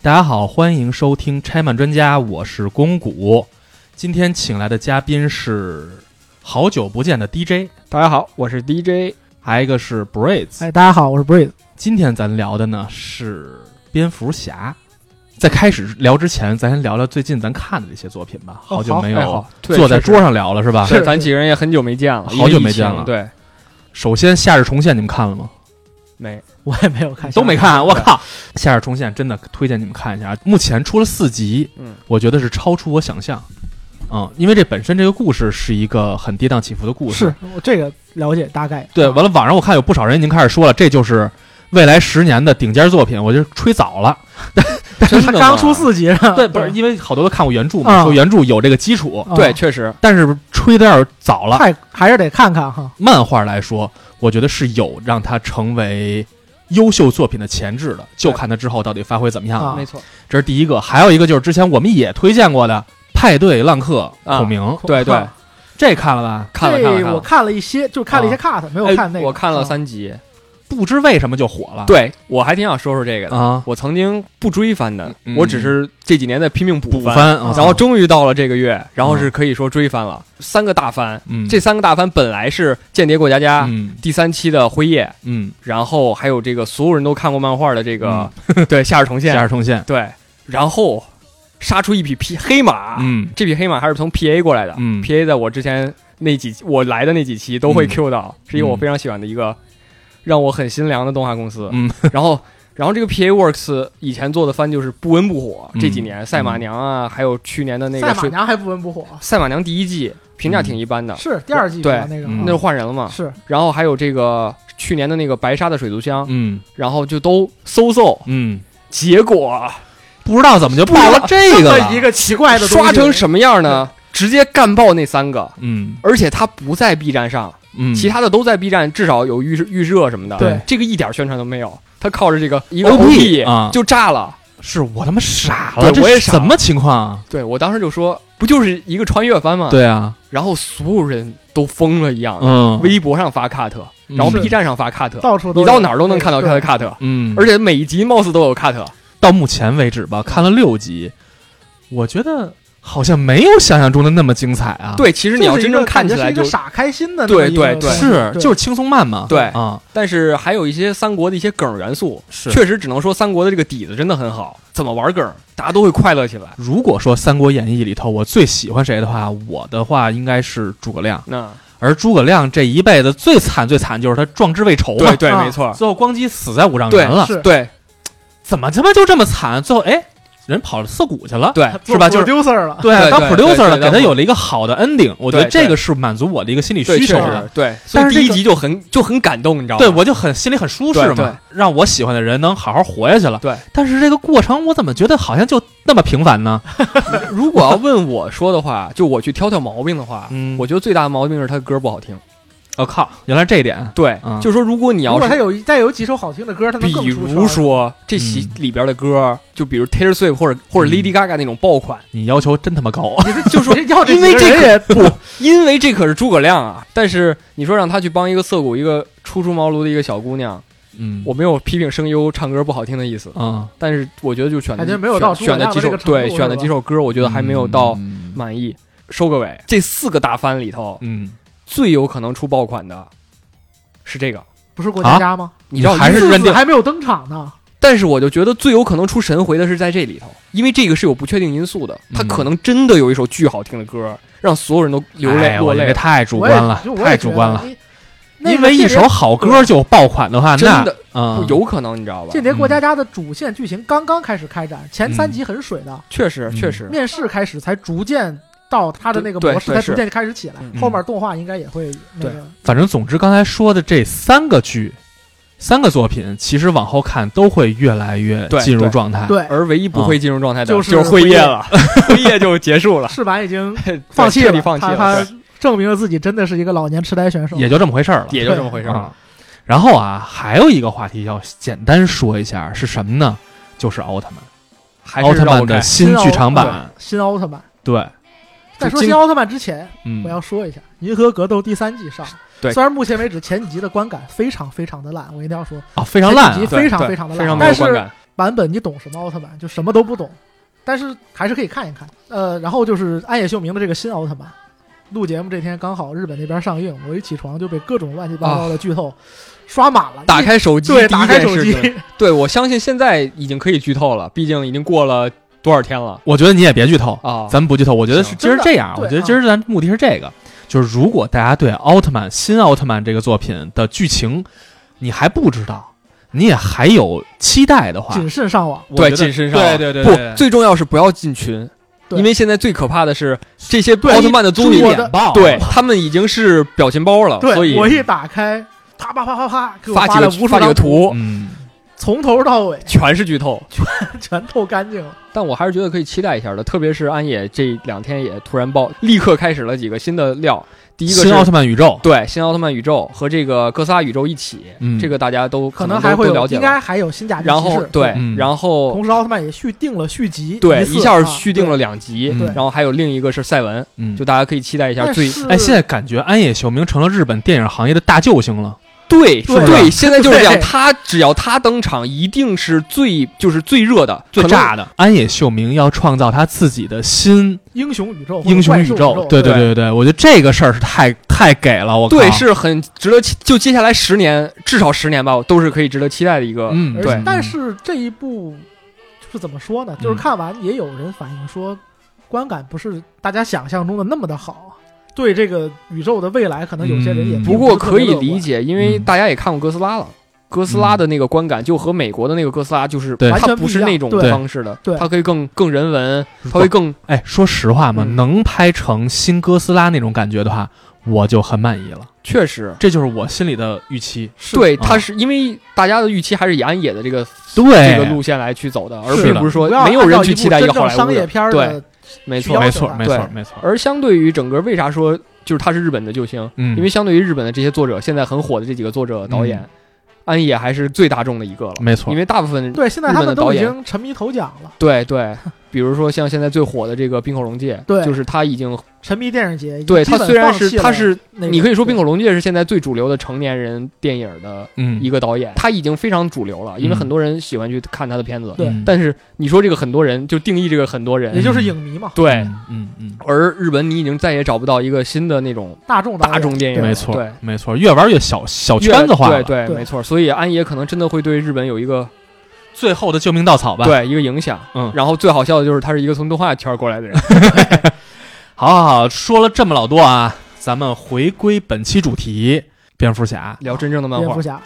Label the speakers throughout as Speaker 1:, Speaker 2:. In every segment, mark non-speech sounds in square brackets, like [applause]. Speaker 1: 大家好，欢迎收听拆漫专家，我是公谷。今天请来的嘉宾是好久不见的 DJ，
Speaker 2: 大家好，我是 DJ。
Speaker 1: 还有一个是 Braids。
Speaker 3: 哎，大家好，我是 Breeze。
Speaker 1: 今天咱聊的呢是蝙蝠侠。在开始聊之前，咱先聊聊最近咱看的这些作品吧。好久没
Speaker 2: 哎
Speaker 1: 有
Speaker 2: 好对
Speaker 1: 哦坐在
Speaker 2: 确实
Speaker 1: 桌上聊了，是吧？
Speaker 2: 是咱几个人也很久没见了，
Speaker 1: 好久没见了
Speaker 2: 因为疫情对，
Speaker 1: 首先，《夏日重现》你们看了吗？
Speaker 2: 没
Speaker 3: 我也没有看，
Speaker 1: 都没看，我靠！《夏日重现》真的推荐你们看一下，目前出了四集，
Speaker 2: 嗯，
Speaker 1: 我觉得是超出我想象。嗯，因为这本身这个故事是一个很跌宕起伏的故事。
Speaker 3: 是我这个了解大概。
Speaker 1: 对，完了，网上我看有不少人已经开始说了，这就是未来十年的顶尖作品，我觉得吹早了。但但
Speaker 2: 真
Speaker 1: 是
Speaker 2: 的
Speaker 3: 他
Speaker 2: 吗
Speaker 3: 刚出四集是吧？
Speaker 1: 对，不是因为好多都看过原著嘛，
Speaker 3: 啊
Speaker 1: 说原著有这个基础，
Speaker 3: 啊
Speaker 2: 对，确实
Speaker 1: 但是吹的有点早了。
Speaker 3: 太哦还是得看看哈。
Speaker 1: 漫画来说，我觉得是有让它成为优秀作品的潜质的，就看它之后到底发挥怎么样了。
Speaker 3: 啊
Speaker 2: 没错，
Speaker 1: 这是第一个，还有一个就是之前我们也推荐过的《派对浪客
Speaker 2: 啊
Speaker 1: 孔明》
Speaker 2: 对对，
Speaker 1: 这看了吧？
Speaker 2: 看了看了
Speaker 3: 这我
Speaker 2: 看
Speaker 3: 看了一些，就看了一些 cut，没
Speaker 2: 了，
Speaker 3: 有看那
Speaker 2: 哎
Speaker 3: 个。
Speaker 2: 我看了
Speaker 3: 啊
Speaker 2: 三集，
Speaker 1: 不知为什么就火了。
Speaker 2: 对我还挺想说说这个的。
Speaker 1: 啊，
Speaker 2: 我曾经不追番的
Speaker 1: 嗯，
Speaker 2: 我只是这几年在拼命
Speaker 1: 补
Speaker 2: 补番，
Speaker 1: 番啊，
Speaker 2: 然后终于到了这个月，然后是可以说追番了，三个大番。
Speaker 1: 嗯，
Speaker 2: 这三个大番本来是《间谍过家家》
Speaker 1: 嗯
Speaker 2: 第三期的辉夜，
Speaker 1: 嗯，
Speaker 2: 然后还有这个所有人都看过漫画的这个
Speaker 1: 嗯
Speaker 2: [laughs] 对《夏日重
Speaker 1: [laughs]
Speaker 2: 现
Speaker 1: 夏》日重现，
Speaker 2: 对，然后杀出一匹匹黑马，
Speaker 1: 嗯
Speaker 2: 这匹黑马还是从 PA 过来的。
Speaker 1: 嗯
Speaker 2: PA 在我之前那几我来的那几期都会
Speaker 1: 嗯
Speaker 2: Q 到，是因为我
Speaker 1: 嗯
Speaker 2: 非常喜欢的一个让我很心凉的动画公司。
Speaker 1: 嗯
Speaker 2: 然后，然后这个 PA Works 以前做的番就是不温不火，
Speaker 1: 嗯
Speaker 2: 这几年赛马娘啊，还有去年的那个
Speaker 3: 赛马
Speaker 2: 水
Speaker 3: 娘还不温不火，
Speaker 2: 赛马娘第一季评价挺一般的，
Speaker 3: 是第二季
Speaker 2: 对
Speaker 3: 吧那个啊
Speaker 1: 嗯
Speaker 2: 那就换人了嘛。
Speaker 3: 是
Speaker 2: 然后还有这个去年的那个白沙的水族箱，
Speaker 1: 嗯
Speaker 2: 然后就都搜搜，
Speaker 1: 嗯，
Speaker 2: 结果
Speaker 1: 不知道怎么就爆了这个了
Speaker 3: 一个奇怪的东西
Speaker 2: 啊刷成什么样呢？直接干爆那三个，
Speaker 1: 嗯
Speaker 2: 而且它不在 B 站上，
Speaker 1: 嗯，
Speaker 2: 其他的都在 B 站，至少有预预热什么的。
Speaker 3: 对，
Speaker 2: 这个一点宣传都没有，它靠着这个一个
Speaker 1: OP
Speaker 2: OP
Speaker 1: 啊
Speaker 2: 就炸了。
Speaker 1: 是我他妈傻
Speaker 2: 对
Speaker 1: 了，这
Speaker 2: 我也
Speaker 1: 是
Speaker 2: 傻
Speaker 1: 什么情况啊？
Speaker 2: 对我当时就说，不就是一个穿越番吗？。
Speaker 1: 对啊，
Speaker 2: 然后所有人都疯了一样，
Speaker 1: 嗯，
Speaker 2: 微博上发 cut，然后
Speaker 1: 嗯
Speaker 2: B 站上发 cut，
Speaker 3: 到处
Speaker 2: 你到哪儿都能
Speaker 3: 有哎
Speaker 2: 看到它的 cut，
Speaker 1: 嗯，啊
Speaker 2: 而且每一集貌似都有 cut。
Speaker 1: 到目前为止吧，看了六集，我觉得好像没有想象中的那么精彩啊。，
Speaker 2: 对，其实
Speaker 3: 对
Speaker 2: 你要
Speaker 3: 就是
Speaker 2: 真
Speaker 3: 一个
Speaker 2: 正看
Speaker 3: 感
Speaker 2: 起
Speaker 3: 觉
Speaker 2: 来
Speaker 3: 是一个
Speaker 2: 就，
Speaker 3: 傻开心的那
Speaker 2: 对
Speaker 3: 么一个
Speaker 2: 对对
Speaker 3: 东西
Speaker 1: 是
Speaker 3: 对
Speaker 1: 就是轻松慢嘛。
Speaker 2: 对
Speaker 1: 啊，
Speaker 2: 但是还有一些三国的一些梗元素，
Speaker 1: 是
Speaker 2: 确实只能说三国的这个底子真的很好，怎么玩梗儿，大家都会快乐起来。
Speaker 1: 如果说《三国演义》里头我最喜欢谁的话，我的话应该是诸葛亮。
Speaker 2: 那
Speaker 1: 而诸葛亮这一辈子最惨最惨就是他壮志未仇嘛，
Speaker 2: 对对，
Speaker 3: 啊
Speaker 2: 没错，
Speaker 1: 最后光姬死在五丈原了，
Speaker 3: 是
Speaker 2: 对
Speaker 1: 怎么他妈就这么惨？最后哎，人跑了四谷去了，
Speaker 2: 对，
Speaker 1: 是吧？
Speaker 3: 做
Speaker 1: 就是
Speaker 3: producer
Speaker 2: [laughs]
Speaker 3: 了，
Speaker 2: 对
Speaker 1: 当
Speaker 2: 对
Speaker 1: producer
Speaker 2: 对
Speaker 1: 了，
Speaker 2: 对
Speaker 1: 给他有了一个好的 ending，我觉得
Speaker 2: 对对
Speaker 1: 这个是满足我的一个心理
Speaker 2: 对，
Speaker 1: 需
Speaker 2: 确
Speaker 1: 求
Speaker 2: 实
Speaker 1: 的。
Speaker 2: 对，所
Speaker 1: 但
Speaker 2: 以
Speaker 1: 是
Speaker 2: 第一
Speaker 1: 这个
Speaker 2: 集就很就很感动，你知道吗？
Speaker 1: 对，我就很心里很舒适
Speaker 2: 对对
Speaker 1: 嘛，让我喜欢的人能好好活下去了。
Speaker 2: 对，
Speaker 1: 但是这个过程我怎么觉得好像就那么平凡呢？
Speaker 2: 如果要问我说的话，就我去挑挑毛病的话，
Speaker 1: 嗯
Speaker 2: 我觉得最大的毛病是他歌不好听。
Speaker 1: 我靠，原来这一点，
Speaker 2: 对
Speaker 1: 嗯，
Speaker 2: 就说如果你
Speaker 3: 如
Speaker 2: 要
Speaker 3: 果他
Speaker 2: 是
Speaker 3: 有一再有几首好听的歌，他能更
Speaker 2: 比
Speaker 3: 出圈
Speaker 2: 如说这期里边的歌，就比如 Taylor Swift 或者或者
Speaker 1: 嗯
Speaker 2: Lady Gaga 那种爆款，
Speaker 1: 你要求真他妈高。
Speaker 3: 你这就说要
Speaker 2: [laughs] 哦因为
Speaker 3: 几个人
Speaker 2: 这可不，因为这可是诸葛亮啊。但是你说让他去帮一个涩谷一个初出茅庐的一个小姑娘，
Speaker 1: 嗯，
Speaker 2: 我没有批评声优唱歌不好听的意思，
Speaker 1: 啊，
Speaker 2: 但是我觉得就选的
Speaker 3: 感觉没有到诸葛
Speaker 2: 选的
Speaker 3: 亮
Speaker 2: 几
Speaker 3: 的这
Speaker 2: 首
Speaker 3: 个程
Speaker 2: 对
Speaker 3: 度
Speaker 2: 选的
Speaker 3: 是吧
Speaker 2: 几首歌，我觉
Speaker 1: 觉
Speaker 2: 得还没有到满意。收个尾，这四个大番里头，
Speaker 1: 嗯，
Speaker 2: 最有可能出爆款的是这个，
Speaker 3: 不是过
Speaker 2: 啊
Speaker 3: 家家吗？
Speaker 2: 你知道
Speaker 1: 还
Speaker 2: 因为
Speaker 1: 是
Speaker 3: 四
Speaker 1: 认
Speaker 3: 子
Speaker 1: 定
Speaker 3: 还没有登场呢。
Speaker 2: 但是我就觉得最有可能出神回的是在这里头，因为这个是有不确定因素的，他
Speaker 1: 嗯
Speaker 2: 可能真的有一首巨好听的歌，让所有人都流泪
Speaker 1: 哎
Speaker 2: 落
Speaker 1: 我这
Speaker 2: 泪
Speaker 1: 个。太主观了
Speaker 3: 我也，
Speaker 1: 太主观了。。
Speaker 3: 我也
Speaker 1: 因
Speaker 3: 觉得
Speaker 1: 为一首好歌就爆款的话，
Speaker 2: 真
Speaker 1: 那
Speaker 2: 的
Speaker 1: 嗯
Speaker 2: 有可能，你知道
Speaker 3: 《
Speaker 2: 吧
Speaker 3: 间？谍过家家》的主线剧情刚刚开始开展，前三集很水的，
Speaker 2: 确实，
Speaker 1: 嗯
Speaker 2: 确实，
Speaker 3: 面试开始才逐渐到它的那个
Speaker 2: 对
Speaker 3: 模式
Speaker 2: 对
Speaker 3: 才
Speaker 2: 是
Speaker 3: 逐渐开始起来
Speaker 2: 嗯，
Speaker 3: 后面动画应该也会那
Speaker 2: 对
Speaker 3: 个。
Speaker 1: 反正总之刚才说的这三个剧。三个作品其实往后看都会越来越
Speaker 2: 对
Speaker 1: 进入
Speaker 2: 对
Speaker 1: 状态，
Speaker 3: 对，
Speaker 2: 而唯一不会进入状态的
Speaker 3: 就是是
Speaker 2: 辉
Speaker 3: 辉
Speaker 2: 夜
Speaker 3: 夜
Speaker 2: 了， [laughs] 辉夜就结束了，
Speaker 3: 赤坂已经
Speaker 2: [laughs] 对
Speaker 3: 放弃
Speaker 2: 彻底
Speaker 3: 了，
Speaker 2: 放弃
Speaker 3: 他
Speaker 2: 了，
Speaker 3: 他证明了自己真的是一个老年痴呆选手。
Speaker 1: 也就这么回事儿了
Speaker 2: 对。也就这么回事儿
Speaker 1: 啊。然后啊，还有一个话题要简单说一下是什么呢？就是奥特曼，
Speaker 2: 还
Speaker 1: 奥
Speaker 2: 是
Speaker 1: 特
Speaker 2: 绕
Speaker 1: 曼
Speaker 2: 不
Speaker 1: 的
Speaker 2: 开。
Speaker 1: 新剧场版。
Speaker 3: 新奥特曼。
Speaker 1: 对，
Speaker 3: 在说
Speaker 2: 经
Speaker 3: 新奥特曼之前，
Speaker 1: 嗯
Speaker 3: 我，要说一下《银河格斗》第三季上，
Speaker 2: 对
Speaker 3: 虽然目前为止前几集的观感非常非常的烂，我一定要说
Speaker 1: 啊，非常烂
Speaker 3: 前几
Speaker 1: 啊。
Speaker 3: 集非
Speaker 2: 对
Speaker 3: 常
Speaker 2: 对
Speaker 3: 常的
Speaker 2: 非
Speaker 3: 烂
Speaker 2: 常，没有
Speaker 3: 但
Speaker 2: 观
Speaker 3: 是
Speaker 2: 感。
Speaker 3: 版本你懂什么奥特曼，就什么都不懂，但是还是可以看一看。呃，然后就是暗夜秀明的这个新奥特曼，录节目这天刚好日本那边上映，我一起床就被各种乱七八糟的剧透、刷满了。
Speaker 2: 啊打开手机，
Speaker 3: 对，
Speaker 2: 第一
Speaker 3: 打开
Speaker 2: 件
Speaker 3: 手
Speaker 2: 事
Speaker 3: 机
Speaker 2: 情，对我相信现在已经可以剧透了，毕竟已经过了多少天了
Speaker 1: 我觉得你也别剧透，
Speaker 2: 啊？
Speaker 1: 咱们不剧透。我觉得是
Speaker 3: 行
Speaker 1: 今儿
Speaker 3: 真的
Speaker 1: 这样，
Speaker 3: 对
Speaker 1: 我觉得
Speaker 3: 啊
Speaker 1: 今儿咱目的是这个，就是如果大家对奥特曼新奥特曼这个作品的剧情你还不知道，你也还有期待的话，
Speaker 3: 谨慎上网。
Speaker 1: 我觉得
Speaker 2: 对谨慎上网
Speaker 1: 对对对对
Speaker 2: 不，最重要是不要进群，
Speaker 3: 对
Speaker 2: 因为现在最可怕的是这些
Speaker 3: 对
Speaker 2: 奥特曼的
Speaker 1: 终
Speaker 2: 踪
Speaker 1: 于
Speaker 2: 影
Speaker 3: 我，
Speaker 1: 点爆了
Speaker 2: 对他们已经是表情包了，所以
Speaker 3: 对，我一打开，啪啪啪啪啪，给我
Speaker 2: 发几
Speaker 3: 发了
Speaker 2: 个
Speaker 3: 无数
Speaker 2: 发几
Speaker 3: 张
Speaker 2: 个，图，
Speaker 1: 嗯，
Speaker 3: 从头到尾
Speaker 2: 全是剧透。
Speaker 3: 全透干净了。
Speaker 2: 但我还是觉得可以期待一下的，特别是安野这两天也突然爆，立刻开始了几个新的料。第一个是
Speaker 1: 新奥特曼宇宙，
Speaker 2: 对新奥特曼宇宙和这个哥斯拉宇宙一起，
Speaker 1: 嗯
Speaker 2: 这个大家都
Speaker 3: 可
Speaker 2: 能
Speaker 3: 能还
Speaker 2: 都
Speaker 3: 会
Speaker 2: 都
Speaker 3: 有
Speaker 2: 了，解
Speaker 3: 应
Speaker 2: 了。
Speaker 3: 该还有新甲级
Speaker 2: 然
Speaker 3: 骑
Speaker 2: 后
Speaker 3: 士。
Speaker 2: 对，
Speaker 1: 嗯
Speaker 2: 然后
Speaker 3: 同时奥特曼也续订了续集，
Speaker 2: 对
Speaker 3: 疑似
Speaker 2: 一下
Speaker 3: 啊
Speaker 2: 续订了两集，
Speaker 1: 嗯
Speaker 3: 对
Speaker 2: 然后还有另一个是赛文，
Speaker 1: 嗯，
Speaker 2: 就大家可以期待一下
Speaker 3: 但
Speaker 2: 最
Speaker 3: 是
Speaker 1: 哎，现在感觉安野秀明成了日本电影行业的大救星了。
Speaker 2: 对
Speaker 3: 对
Speaker 2: 对，现在就是这样，
Speaker 3: 对
Speaker 2: 他只要他登场，一定是最就是最热的、最
Speaker 1: 最
Speaker 2: 炸
Speaker 1: 炸
Speaker 2: 的。
Speaker 1: 安野秀明要创造他自己的新
Speaker 3: 英雄宇宙或者
Speaker 1: 英雄
Speaker 3: 怪
Speaker 1: 宇
Speaker 3: 兽宇
Speaker 1: 宙，
Speaker 3: 对
Speaker 1: 对对对对，我觉得这个事儿是太太给了，我靠
Speaker 2: 对，是很值得期，就接下来十年，至少十年吧，都是可以值得期待的一个。
Speaker 1: 嗯
Speaker 3: 而
Speaker 2: 对嗯
Speaker 3: 但是这一部就是怎么说呢？就是看完也有人反映说，观感不是大家想象中的那么的好。对这个宇宙的未来，可能有些人也
Speaker 1: 嗯
Speaker 2: 不过可以理，解，因为
Speaker 1: 嗯
Speaker 2: 大家也看过哥斯拉了。哥斯拉的那个观感就和美国的那个哥斯拉就是，
Speaker 1: 对
Speaker 2: 它
Speaker 3: 完全不
Speaker 2: 不是
Speaker 3: 一样
Speaker 2: 那种
Speaker 3: 对
Speaker 2: 方式的
Speaker 3: 对，
Speaker 2: 它可以更更人文，它会更
Speaker 1: 哎，说实话嘛，
Speaker 2: 嗯
Speaker 1: 能拍成新哥斯拉那种感觉的话，我就很满意了。
Speaker 2: 确实。
Speaker 1: 这就是我心里的预期。
Speaker 2: 对，
Speaker 1: 啊
Speaker 2: 它是因为大家的预期还是以安野的这个
Speaker 1: 对，
Speaker 2: 这个路线来去走的，而
Speaker 1: 是
Speaker 2: 并
Speaker 1: 的
Speaker 2: 不是说
Speaker 3: 不要
Speaker 2: 没有
Speaker 3: 按
Speaker 2: 人
Speaker 3: 照
Speaker 2: 去
Speaker 3: 一
Speaker 2: 期
Speaker 3: 部
Speaker 2: 待一个
Speaker 3: 真正
Speaker 2: 好莱坞
Speaker 3: 商业
Speaker 2: 的。
Speaker 3: 片儿
Speaker 2: 对
Speaker 3: 的，，
Speaker 2: 没
Speaker 3: 需
Speaker 2: 错
Speaker 3: 要。
Speaker 1: 没错，
Speaker 3: 对
Speaker 1: 没错，没错。
Speaker 2: 而相对于整个为啥说就是他是日本的救星，
Speaker 1: 嗯
Speaker 2: 因为相对于日本的这些作者，现在很火的这几个作者导演，
Speaker 1: 嗯
Speaker 2: 安野还是最大众的一个了。
Speaker 1: 没错
Speaker 2: 因，为大部分
Speaker 3: 对，现在他
Speaker 2: 日本
Speaker 3: 们
Speaker 2: 的导
Speaker 3: 都已
Speaker 2: 演
Speaker 3: 经沉迷头奖了，
Speaker 2: 对对，比如说像现在最火的这个冰口龙介，
Speaker 3: 对
Speaker 2: 就是他已经
Speaker 3: 沉迷电影节。
Speaker 2: 对
Speaker 3: 基
Speaker 2: 他
Speaker 3: 本
Speaker 2: 虽然
Speaker 3: 放弃
Speaker 2: 是他
Speaker 3: 了
Speaker 2: 是
Speaker 3: 那个
Speaker 2: 你可以说冰口龙介是现在最主流的成年人电影的
Speaker 1: 嗯，
Speaker 2: 一个导演，他已经非常主流了，因为
Speaker 1: 嗯
Speaker 2: 很多人喜欢去看他的片子。
Speaker 3: 对
Speaker 1: 嗯
Speaker 2: 但是你说这个很多人就定义这个很多人，
Speaker 3: 对也就是影迷嘛，
Speaker 2: 对。
Speaker 1: 嗯嗯，
Speaker 2: 而日本，你已经再也找不到一个新的那种
Speaker 3: 大众导
Speaker 2: 大
Speaker 3: 演
Speaker 2: 众电影
Speaker 1: 嗯
Speaker 2: 了，
Speaker 1: 没错
Speaker 2: 对，
Speaker 1: 没错，越玩越小小
Speaker 2: 越
Speaker 1: 圈子化了。
Speaker 2: 对对，
Speaker 3: 对
Speaker 2: 没错。所以安野可能真的会对日本有一个
Speaker 1: 最后的救命稻草吧。，
Speaker 2: 对一个影响。
Speaker 1: 嗯
Speaker 2: 然后最好笑的就是他是一个从动画圈过来的人。
Speaker 1: 好好好，说了这么老多啊，咱们回归本期主题，蝙蝠侠。
Speaker 2: 聊真正的漫
Speaker 3: 蝙
Speaker 2: 画
Speaker 3: 蝠，侠。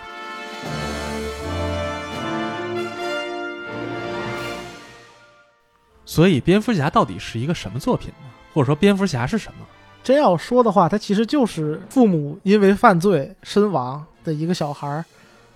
Speaker 1: 所以，蝙蝠侠到底是一个什么作品呢？或者说，蝙蝠侠是什么？
Speaker 3: 真要说的话，他其实就是父母因为犯罪身亡的一个小孩儿，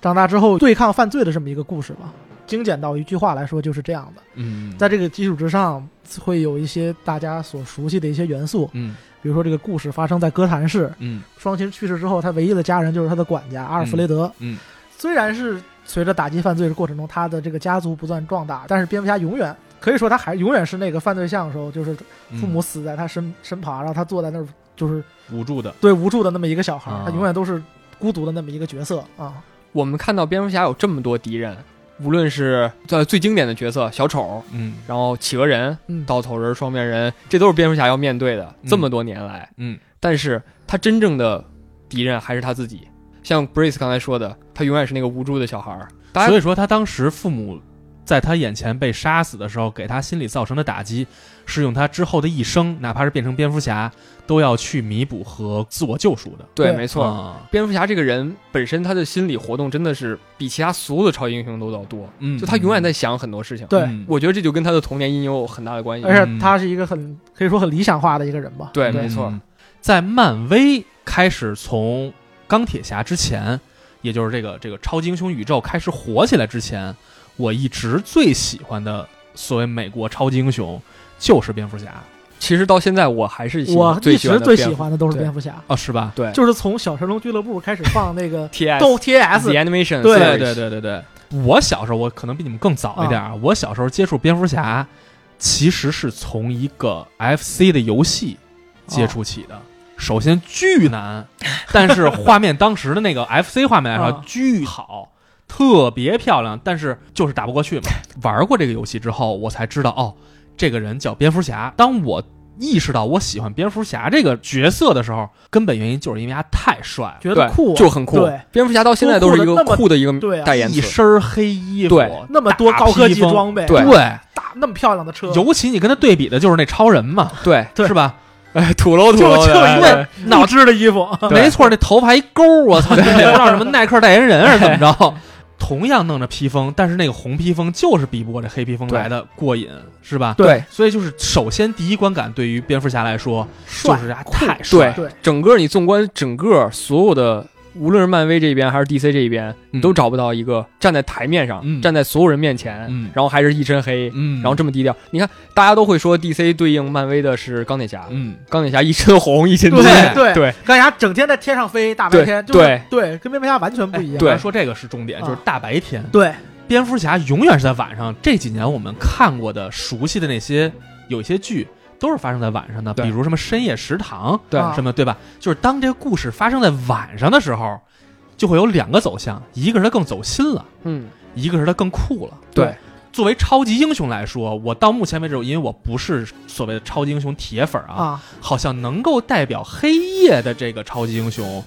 Speaker 3: 长大之后对抗犯罪的这么一个故事吧。精简到一句话来说，就是这样的。
Speaker 1: 嗯
Speaker 3: 在这个基础之上，会有一些大家所熟悉的一些元素，
Speaker 1: 嗯
Speaker 3: 比如说这个故事发生在哥谭市，
Speaker 1: 嗯
Speaker 3: 双亲去世之后，他唯一的家人就是他的管家阿尔弗雷德。
Speaker 1: 嗯
Speaker 3: 虽然是随着打击犯罪的过程中，他的这个家族不断壮大，但是蝙蝠侠永远可以说他还永远是那个犯罪像的时候，就是
Speaker 1: 嗯
Speaker 3: 父母死在他身身旁，然后他坐在那儿就是
Speaker 1: 无助的，
Speaker 3: 对无助的那么一个小孩儿，
Speaker 1: 啊
Speaker 3: 他永远都是孤独的那么一个角色啊。
Speaker 2: 我们看到蝙蝠侠有这么多敌人，无论是在最经典的角色小丑，
Speaker 1: 嗯
Speaker 2: 然后企鹅人、
Speaker 3: 嗯，
Speaker 2: 倒头人、双面人，这都是蝙蝠侠要面对的。
Speaker 1: 嗯
Speaker 2: 这么多年来，
Speaker 1: 嗯，
Speaker 2: 但是他真正的敌人还是他自己。像 Brace 刚才说的，他永远是那个无助的小孩儿。大
Speaker 1: 所
Speaker 2: 家
Speaker 1: 以说他当时父母在他眼前被杀死的时候，给他心理造成的打击，是用他之后的一生，哪怕是变成蝙蝠侠，都要去弥补和自我救赎的。
Speaker 2: 对，
Speaker 3: 对
Speaker 2: 没错，
Speaker 1: 啊
Speaker 2: 蝙蝠侠这个人本身他的心理活动真的是比其他所有的超级英雄都要多，
Speaker 1: 嗯，
Speaker 2: 就他永远在想很多事情。
Speaker 3: 对
Speaker 1: 嗯
Speaker 2: 我觉得这就跟他的童年阴影有很大的关系。
Speaker 3: 而且他是一个很可以说很理想化的一个人吧。
Speaker 2: 对，
Speaker 1: 嗯
Speaker 2: 没错，
Speaker 1: 在漫威开始从钢铁侠之前，也就是这个这个超级英雄宇宙开始火起来之前，我一直最喜欢的所谓美国超级英雄就是蝙蝠侠
Speaker 2: 其实到现在我还是喜
Speaker 3: 我
Speaker 2: 最
Speaker 3: 一
Speaker 2: 喜欢
Speaker 3: 直
Speaker 2: 的
Speaker 3: 最
Speaker 2: 蝙
Speaker 3: 喜
Speaker 2: 蝠
Speaker 3: 欢的都是
Speaker 2: 对
Speaker 3: 蝙蝠侠，
Speaker 1: 哦，是吧？
Speaker 2: 对
Speaker 3: 就是从小神龙俱乐部开始放那
Speaker 2: [laughs]
Speaker 3: 个
Speaker 2: T S
Speaker 3: 动 TS，
Speaker 2: The Animation，
Speaker 3: 对
Speaker 2: series
Speaker 1: 对对对对，我小时候我可能比你们更早一点啊，我小时候接触蝙蝠侠，其实是从一个 FC 的游戏接触起的。首先巨难，但是画面当时的那个 FC 画面来说
Speaker 3: 啊
Speaker 1: 巨好，特别漂亮，但是就是打不过去嘛。玩过这个游戏之后，我才知道哦，这个人叫蝙蝠侠。当我意识到我喜欢蝙蝠侠这个角色的时候，根本原因就是因为他太帅了，
Speaker 3: 觉得酷啊，
Speaker 2: 就很酷
Speaker 3: 对。
Speaker 2: 蝙蝠侠到现在都是一个
Speaker 3: 都酷得那么
Speaker 2: 酷的一个
Speaker 3: 对啊
Speaker 2: 代言
Speaker 1: 一
Speaker 2: 词，
Speaker 1: 身黑衣服
Speaker 2: 对，
Speaker 3: 那么多高科技装备，
Speaker 2: 对
Speaker 1: 对，
Speaker 3: 大那么漂亮的车，
Speaker 1: 尤其你跟他对比的就是那超人嘛，
Speaker 2: [laughs] 对，
Speaker 3: 对
Speaker 1: 是吧？
Speaker 2: 哎，土喽土
Speaker 3: 就
Speaker 2: 喽
Speaker 3: 就
Speaker 2: 的，
Speaker 3: 因
Speaker 2: 对
Speaker 3: 为脑汁的衣服，
Speaker 2: 对
Speaker 3: [laughs]
Speaker 1: 没错，那头发一勾，我
Speaker 2: [laughs]
Speaker 1: 操，也不知道什么耐克代言人啊还是怎么着。同样弄着披风，但是那个红披风就是比不过这黑披风
Speaker 2: 对
Speaker 1: 来的过瘾，是吧？
Speaker 2: 对，
Speaker 1: 所以就是首先第一观感对于蝙蝠侠来说，就
Speaker 3: 帅
Speaker 2: 啊
Speaker 1: 是他太帅了，
Speaker 3: 对
Speaker 2: 整个你纵观整个所有的，无论是漫威这边还是 DC 这一边，你都找不到一个站在台面上，
Speaker 1: 嗯
Speaker 2: 站在所有人面前，
Speaker 1: 嗯
Speaker 2: 然后还是一身黑，
Speaker 1: 嗯，
Speaker 2: 然后这么低调。你看，大家都会说 DC 对应漫威的是钢铁侠，
Speaker 1: 嗯，
Speaker 2: 钢铁侠一身红一身
Speaker 3: 对
Speaker 2: 金，
Speaker 3: 对
Speaker 2: 对
Speaker 3: 钢铁侠整天在天上飞，大白天，
Speaker 2: 对
Speaker 3: 就是
Speaker 2: 对
Speaker 3: 对，跟蝙蝠侠完全不一样。
Speaker 2: 对
Speaker 1: 咱说这个是重点，
Speaker 2: 啊
Speaker 1: 就是大白天，
Speaker 3: 对
Speaker 1: 蝙蝠侠永远是在晚上。这几年我们看过的、熟悉的那些有一些剧，都是发生在晚上的，
Speaker 2: 对
Speaker 1: 比如什么《深夜食堂》
Speaker 2: 对
Speaker 3: 啊
Speaker 1: 什么，对吧？就是当这个故事发生在晚上的时候，就会有两个走向，一个是它更走心了，
Speaker 2: 嗯，
Speaker 1: 一个是它更酷了。
Speaker 2: 对，
Speaker 1: 作为超级英雄来说，我到目前为止，因为我不是所谓的超级英雄铁粉啊，
Speaker 3: 啊，
Speaker 1: 好像能够代表黑夜的这个超级英雄，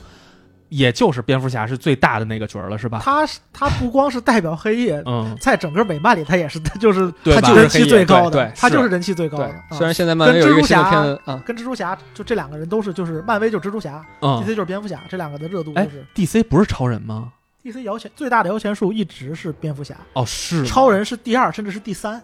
Speaker 1: 也就是蝙蝠侠是最大的那个角儿了，是吧？
Speaker 3: 他是他不光是代表黑夜，
Speaker 1: 嗯，
Speaker 3: 在整个美漫里，他也是，他就是
Speaker 1: 对吧
Speaker 2: 他就
Speaker 3: 人
Speaker 2: 是黑
Speaker 3: 气
Speaker 2: 夜
Speaker 3: 最高
Speaker 2: 对
Speaker 3: 的
Speaker 2: 对，
Speaker 3: 他就是是人气最高的
Speaker 2: 对。
Speaker 3: 啊
Speaker 2: 虽然现在漫威有一个新的片子啊，
Speaker 3: 跟蜘蛛侠就这两个人都是，就是漫威就是蜘蛛侠，DC
Speaker 1: 嗯
Speaker 3: 就是蝙蝠侠，这两个的热度
Speaker 1: 哎
Speaker 3: 就是
Speaker 1: ，DC 不是超人吗？
Speaker 3: DC 摇钱最大的摇钱树一直是蝙蝠侠，
Speaker 1: 哦，是吗
Speaker 3: 超人是第二，甚至是第三。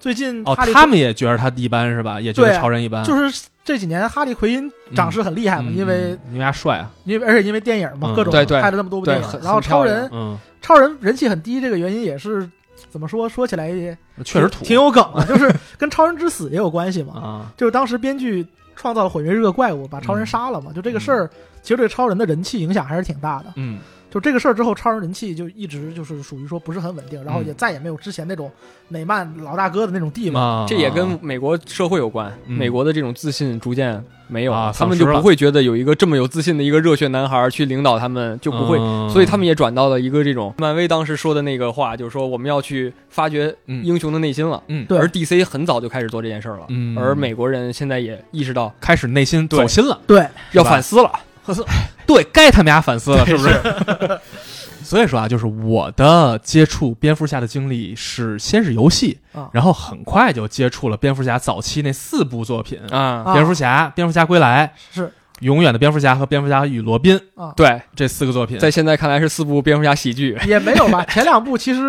Speaker 3: 最近
Speaker 1: 哦，
Speaker 3: 哈利
Speaker 1: 他们也觉得他一般是吧？也觉得
Speaker 3: 对啊
Speaker 1: 超人一般，
Speaker 3: 就是这几年哈利奎因长势很厉害嘛，
Speaker 1: 嗯
Speaker 3: 因为
Speaker 1: 嗯因为他帅啊，
Speaker 3: 因为而且因为电影嘛，
Speaker 1: 嗯
Speaker 3: 各种
Speaker 2: 对对
Speaker 3: 拍了那么多部
Speaker 2: 对
Speaker 3: 电影
Speaker 2: 很，
Speaker 3: 然后
Speaker 2: 很
Speaker 3: 超
Speaker 2: 漂亮
Speaker 3: 人
Speaker 1: 嗯，
Speaker 3: 超人人气很低，这个原因也是怎么说？说起来也
Speaker 1: 确实土，
Speaker 3: 挺有梗的，就是跟超人之死也有关
Speaker 1: [laughs]
Speaker 3: 系嘛。
Speaker 1: 啊，
Speaker 3: 就是当时编剧创造了毁灭日的怪物，把超
Speaker 1: 嗯
Speaker 3: 人杀了嘛，就这个事儿，其实对超人的人气影响还是挺大的。
Speaker 1: 嗯，
Speaker 3: 就这个事儿之后，超人人气就一直就是属于说不是很稳定，然后
Speaker 1: 嗯
Speaker 3: 也再也没有之前那种美漫老大哥的那种地位。
Speaker 1: 啊，
Speaker 2: 这也跟美国社会有关，
Speaker 1: 嗯
Speaker 2: 美国的这种自信逐渐没有
Speaker 1: 啊
Speaker 2: 他们
Speaker 1: 丧失
Speaker 2: 就
Speaker 1: 了
Speaker 2: 不会觉得有一个这么有自信的一个热血男孩去领导他们，就不会，
Speaker 1: 嗯
Speaker 2: 所以他们也转到了一个这种漫威当时说的那个话，就是说我们要去发掘
Speaker 1: 嗯
Speaker 2: 英雄的内心了。
Speaker 1: 嗯
Speaker 3: 对
Speaker 2: 而 DC 很早就开始做这件事儿了，
Speaker 1: 嗯
Speaker 2: 而美国人现在也意识到
Speaker 1: 开始内心走
Speaker 2: 对
Speaker 1: 心了，
Speaker 3: 对，
Speaker 2: 要反思了。
Speaker 1: 对该他们俩反思了，是不是？ [laughs] 所以说啊，就是我的接触蝙蝠侠的经历是先是游戏
Speaker 3: 啊，
Speaker 1: 然后很快就接触了蝙蝠侠早期那四部作品，
Speaker 2: 啊，
Speaker 3: 啊
Speaker 1: 蝙蝠侠、蝙蝠侠归来、
Speaker 3: 是
Speaker 1: 永远的蝙蝠侠和蝙蝠侠与罗宾
Speaker 3: 啊，
Speaker 2: 对，
Speaker 1: 这四个作品。
Speaker 2: 在现在看来是四部蝙蝠侠喜剧，
Speaker 3: 也没有
Speaker 1: [laughs]
Speaker 3: 吧。前两部其实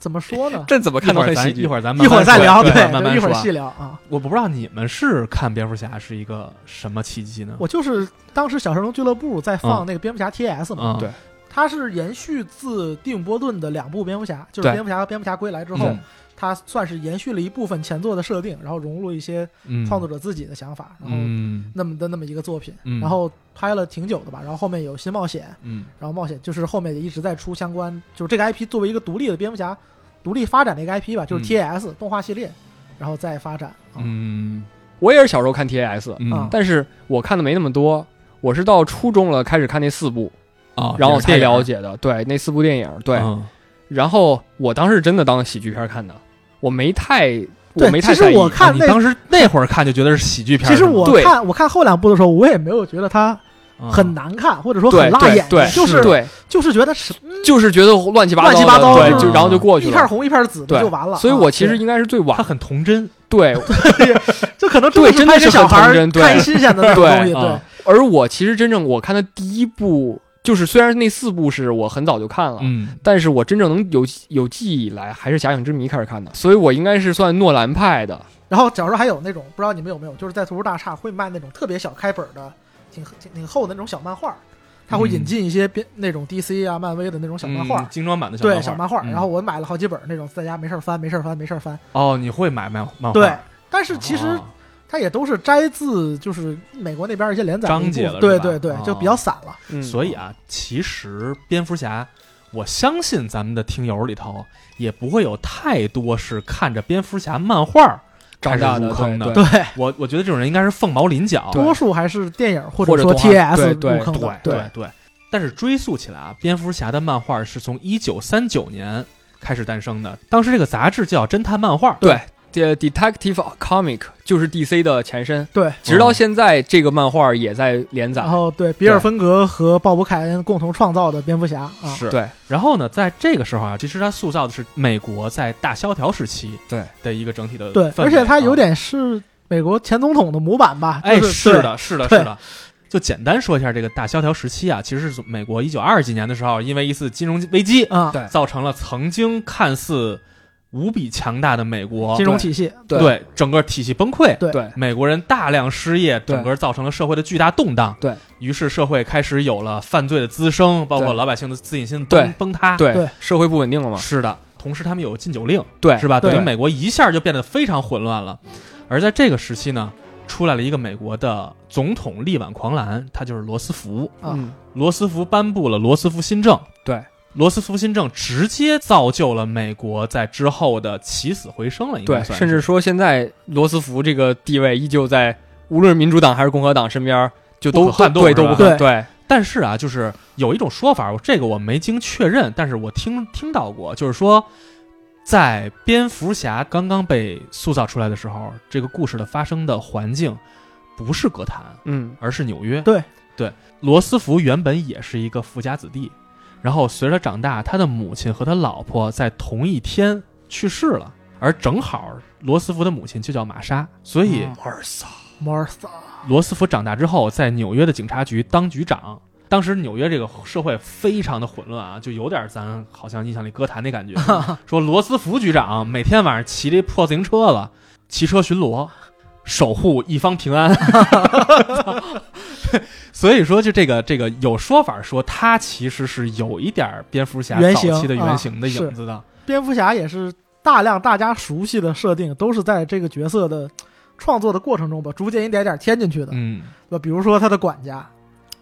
Speaker 3: 怎么说呢？
Speaker 2: 这怎么看
Speaker 1: 一
Speaker 2: 都
Speaker 1: 会儿
Speaker 2: 很喜
Speaker 1: 咱一
Speaker 2: 剧。
Speaker 1: 会儿咱慢慢
Speaker 3: 一会儿再
Speaker 1: 说
Speaker 3: 聊，
Speaker 1: 对，
Speaker 3: 对，
Speaker 1: 慢慢
Speaker 3: 一会儿
Speaker 1: 说啊
Speaker 3: 细。聊啊。
Speaker 1: 我不知道你们是看蝙蝠侠是一个什么契机呢？
Speaker 3: 我就是当时小神龙俱乐部在放那个蝙蝠侠 TS
Speaker 1: 嗯，
Speaker 3: 嘛，
Speaker 2: 对
Speaker 3: 它是延续自蒂姆·波顿的两部蝙蝠侠，就是
Speaker 2: 对
Speaker 3: 蝙蝠侠和蝙蝠侠归来之
Speaker 1: 嗯
Speaker 3: 后，它算是延续了一部分前作的设定，然后融入了一些
Speaker 1: 嗯，
Speaker 3: 创作者自己的想法，然后
Speaker 1: 嗯
Speaker 3: 那么的那么一个作品，
Speaker 1: 嗯
Speaker 3: 然后拍了挺久的吧，然后后面有新冒险，
Speaker 1: 嗯
Speaker 3: 然后冒险就是后面也一直在出相关，就是这个 IP 作为一个独立的蝙蝠侠，独立发展的一个 IP 吧，就
Speaker 1: 嗯
Speaker 3: 是 TAS、动画系列，然后再发展啊，
Speaker 1: 嗯
Speaker 2: 我也是小时候看 TAS，
Speaker 1: 嗯
Speaker 3: 啊
Speaker 2: 但是我看的没那么多，我是到初中了开始看那四部，
Speaker 1: 啊
Speaker 2: 然后才了
Speaker 1: 解
Speaker 2: 解的。对，那四部电影，对。
Speaker 1: 嗯
Speaker 2: 然后我当时真的当喜剧片看的，我没太，我
Speaker 3: 对
Speaker 2: 没太
Speaker 3: 其实
Speaker 2: 在意。
Speaker 3: 我看
Speaker 1: 啊你
Speaker 3: 那
Speaker 1: 当时那会儿看就觉得是喜剧片儿
Speaker 3: 其
Speaker 1: 是
Speaker 3: 实
Speaker 1: 吗，
Speaker 3: 我
Speaker 2: 对
Speaker 3: 看我看后两部的时候，我也没有觉得它
Speaker 1: 啊
Speaker 2: 嗯
Speaker 3: 很难看，或者说
Speaker 2: 对
Speaker 3: 很辣眼，
Speaker 2: 对，对
Speaker 3: 就是
Speaker 2: 对，
Speaker 3: 就是觉得是
Speaker 2: 就是觉得乱七八
Speaker 3: 乱
Speaker 2: 糟
Speaker 3: 七
Speaker 2: 的，
Speaker 3: 八糟
Speaker 2: 对，
Speaker 3: 就是
Speaker 2: 就然后就过去
Speaker 3: 一片
Speaker 2: 了。
Speaker 3: 红一片紫的
Speaker 2: 对
Speaker 3: 就完了。
Speaker 2: 所以
Speaker 3: 啊
Speaker 2: 我其实
Speaker 3: 对
Speaker 2: 应该是最晚
Speaker 3: [laughs]
Speaker 1: 它，很童真，
Speaker 2: 对，
Speaker 3: 这可能真的
Speaker 2: 对真的
Speaker 3: 拍给
Speaker 2: 是
Speaker 3: 小
Speaker 2: 很
Speaker 3: 孩
Speaker 2: 童
Speaker 3: 儿
Speaker 2: 真对
Speaker 3: 看新鲜的那种
Speaker 2: 对嗯
Speaker 3: 东西，对
Speaker 1: 啊，
Speaker 2: 而我其实真正我看的第一部，就是虽然那四部是我很早就看了，
Speaker 1: 嗯
Speaker 2: 但是我真正能有有记忆以来还是《假想之谜》开始看的，所以我应该是算诺兰派的。
Speaker 3: 然后小时候还有那种不知道你们有没有，就是在图书大厦会卖那种特别小开本的，挺挺挺厚的那种小漫画儿，它会
Speaker 2: 嗯
Speaker 3: 引进一些编那种 DC 啊、漫威的那种小漫
Speaker 1: 嗯
Speaker 3: 画儿。
Speaker 1: 精装版的小
Speaker 3: 对小漫画儿，
Speaker 1: 嗯
Speaker 3: 然后我买了好几本儿那种，在家没事儿翻，没事儿翻，没事儿翻。
Speaker 1: 哦，你会买漫漫画？
Speaker 3: 对，但是其实
Speaker 1: 哦
Speaker 3: 它也都是摘自就是美国那边儿一些连载的
Speaker 1: 章节
Speaker 3: 一部
Speaker 1: 了
Speaker 3: 分
Speaker 1: 是
Speaker 3: 对
Speaker 1: 吧
Speaker 3: 对对
Speaker 1: 哦，
Speaker 3: 就比较散了。
Speaker 2: 嗯，
Speaker 1: 所以啊，其实蝙蝠侠，我相信咱们的听友里头也不会有太多是看着蝙蝠侠漫画儿开
Speaker 2: 长
Speaker 1: 始
Speaker 2: 大
Speaker 1: 入
Speaker 2: 的
Speaker 1: 坑的。
Speaker 2: 对
Speaker 3: 对，
Speaker 1: 我我觉得这种人应该是凤毛麟角。
Speaker 2: 对
Speaker 3: 多数还是电影或
Speaker 2: 或者
Speaker 3: 说
Speaker 2: 动画
Speaker 3: TAS
Speaker 2: 对对
Speaker 3: 入坑的。
Speaker 1: 对，但是追溯起来啊，蝙蝠侠的漫画是从一九三九年开始诞生的，当时这个杂志叫《侦探漫画》，
Speaker 2: 对，这呃 Detective Comic 就是 DC 的前身，
Speaker 3: 对，
Speaker 1: 哦
Speaker 2: 直到现在这个漫画也在连载
Speaker 3: 然。后对比尔·芬格和鲍勃·凯恩共同创造的蝙蝠侠啊，
Speaker 1: 是。
Speaker 2: 对，
Speaker 1: 然后呢，在这个时候啊，其实它塑造的是美国在大萧条时期
Speaker 2: 对
Speaker 1: 的一个整体的
Speaker 3: 对，
Speaker 1: 氛围
Speaker 3: 而且它有
Speaker 1: 啊
Speaker 3: 点是美国前总统的模板吧？
Speaker 1: 哎，，
Speaker 3: 就是
Speaker 1: 的，是的，是
Speaker 3: 对
Speaker 1: 的。就简单说一下这个大萧条时期啊，其实是美国一九二几年的时候，因为一次金融危机
Speaker 3: 对，啊，
Speaker 2: 对
Speaker 1: 造成了曾经看似无比强大的美国
Speaker 3: 金融体系，
Speaker 2: 对
Speaker 1: 对整个体系崩溃，
Speaker 3: 对
Speaker 2: 对
Speaker 1: 美国人大量失业，
Speaker 2: 对
Speaker 1: 整个造成了社会的巨大动荡。
Speaker 2: 对
Speaker 1: 于是社会开始有了犯罪的滋生，包括
Speaker 2: 对
Speaker 1: 老百姓的自信心崩
Speaker 2: 对
Speaker 1: 崩塌。
Speaker 2: 对
Speaker 3: 啊对，啊
Speaker 2: 社会不稳定了嘛？
Speaker 1: 是的。同时，他们有禁酒令，
Speaker 2: 对，
Speaker 1: 是吧？
Speaker 3: 对
Speaker 1: 等于美国一下就变得非常混乱了。而在这个时期呢，出来了一个美国的总统力挽狂澜，他就是罗斯福。
Speaker 3: 啊
Speaker 2: 嗯，
Speaker 1: 罗斯福颁布了罗斯福新政，
Speaker 2: 对，
Speaker 1: 罗斯福新政直接造就了美国在之后的起死回生了，应该
Speaker 2: 对，
Speaker 1: 算
Speaker 2: 甚
Speaker 1: 是
Speaker 2: 至说现在罗斯福这个地位依旧在，无论是民主党还是共和党身边儿，就
Speaker 1: 不
Speaker 2: 都
Speaker 1: 可撼动
Speaker 2: 对
Speaker 1: 是
Speaker 2: 都
Speaker 1: 吧
Speaker 2: 不可对
Speaker 1: 但是啊，就是有一种说法，我这个我没经确认，但是我听听到过，就是说，在蝙蝠侠刚刚被塑造出来的时候，这个故事的发生的环境不是哥谭，
Speaker 2: 嗯，
Speaker 1: 而是纽约。
Speaker 3: 对
Speaker 1: 对，罗斯福原本也是一个富家子弟，然后随着长大，他的母亲和他老婆在同一天去世了，而正好罗斯福的母亲就叫玛莎，所以
Speaker 2: 马尔萨，
Speaker 3: 摩尔斯
Speaker 1: 罗斯福长大之后，在纽约的警察局当局长。当时纽约这个社会非常的混乱啊，就有点咱好像印象里歌坛那感
Speaker 3: [laughs]
Speaker 1: 觉。说罗斯福局长每天晚上骑这破自行车了，骑车巡逻，守护一方平
Speaker 3: [laughs]
Speaker 1: 安。所以说，就这个这个有说法说他其实是有一点蝙蝠侠
Speaker 3: 原
Speaker 1: 早
Speaker 3: 型
Speaker 1: 期的原
Speaker 3: 啊
Speaker 1: 型的
Speaker 3: 是
Speaker 1: 影子的。
Speaker 3: 蝙蝠侠也是大量大家熟悉的设定，都是在这个角色的创作的过程中吧，逐渐一点点添进去的。
Speaker 1: 嗯
Speaker 3: 吧，比如说他的管家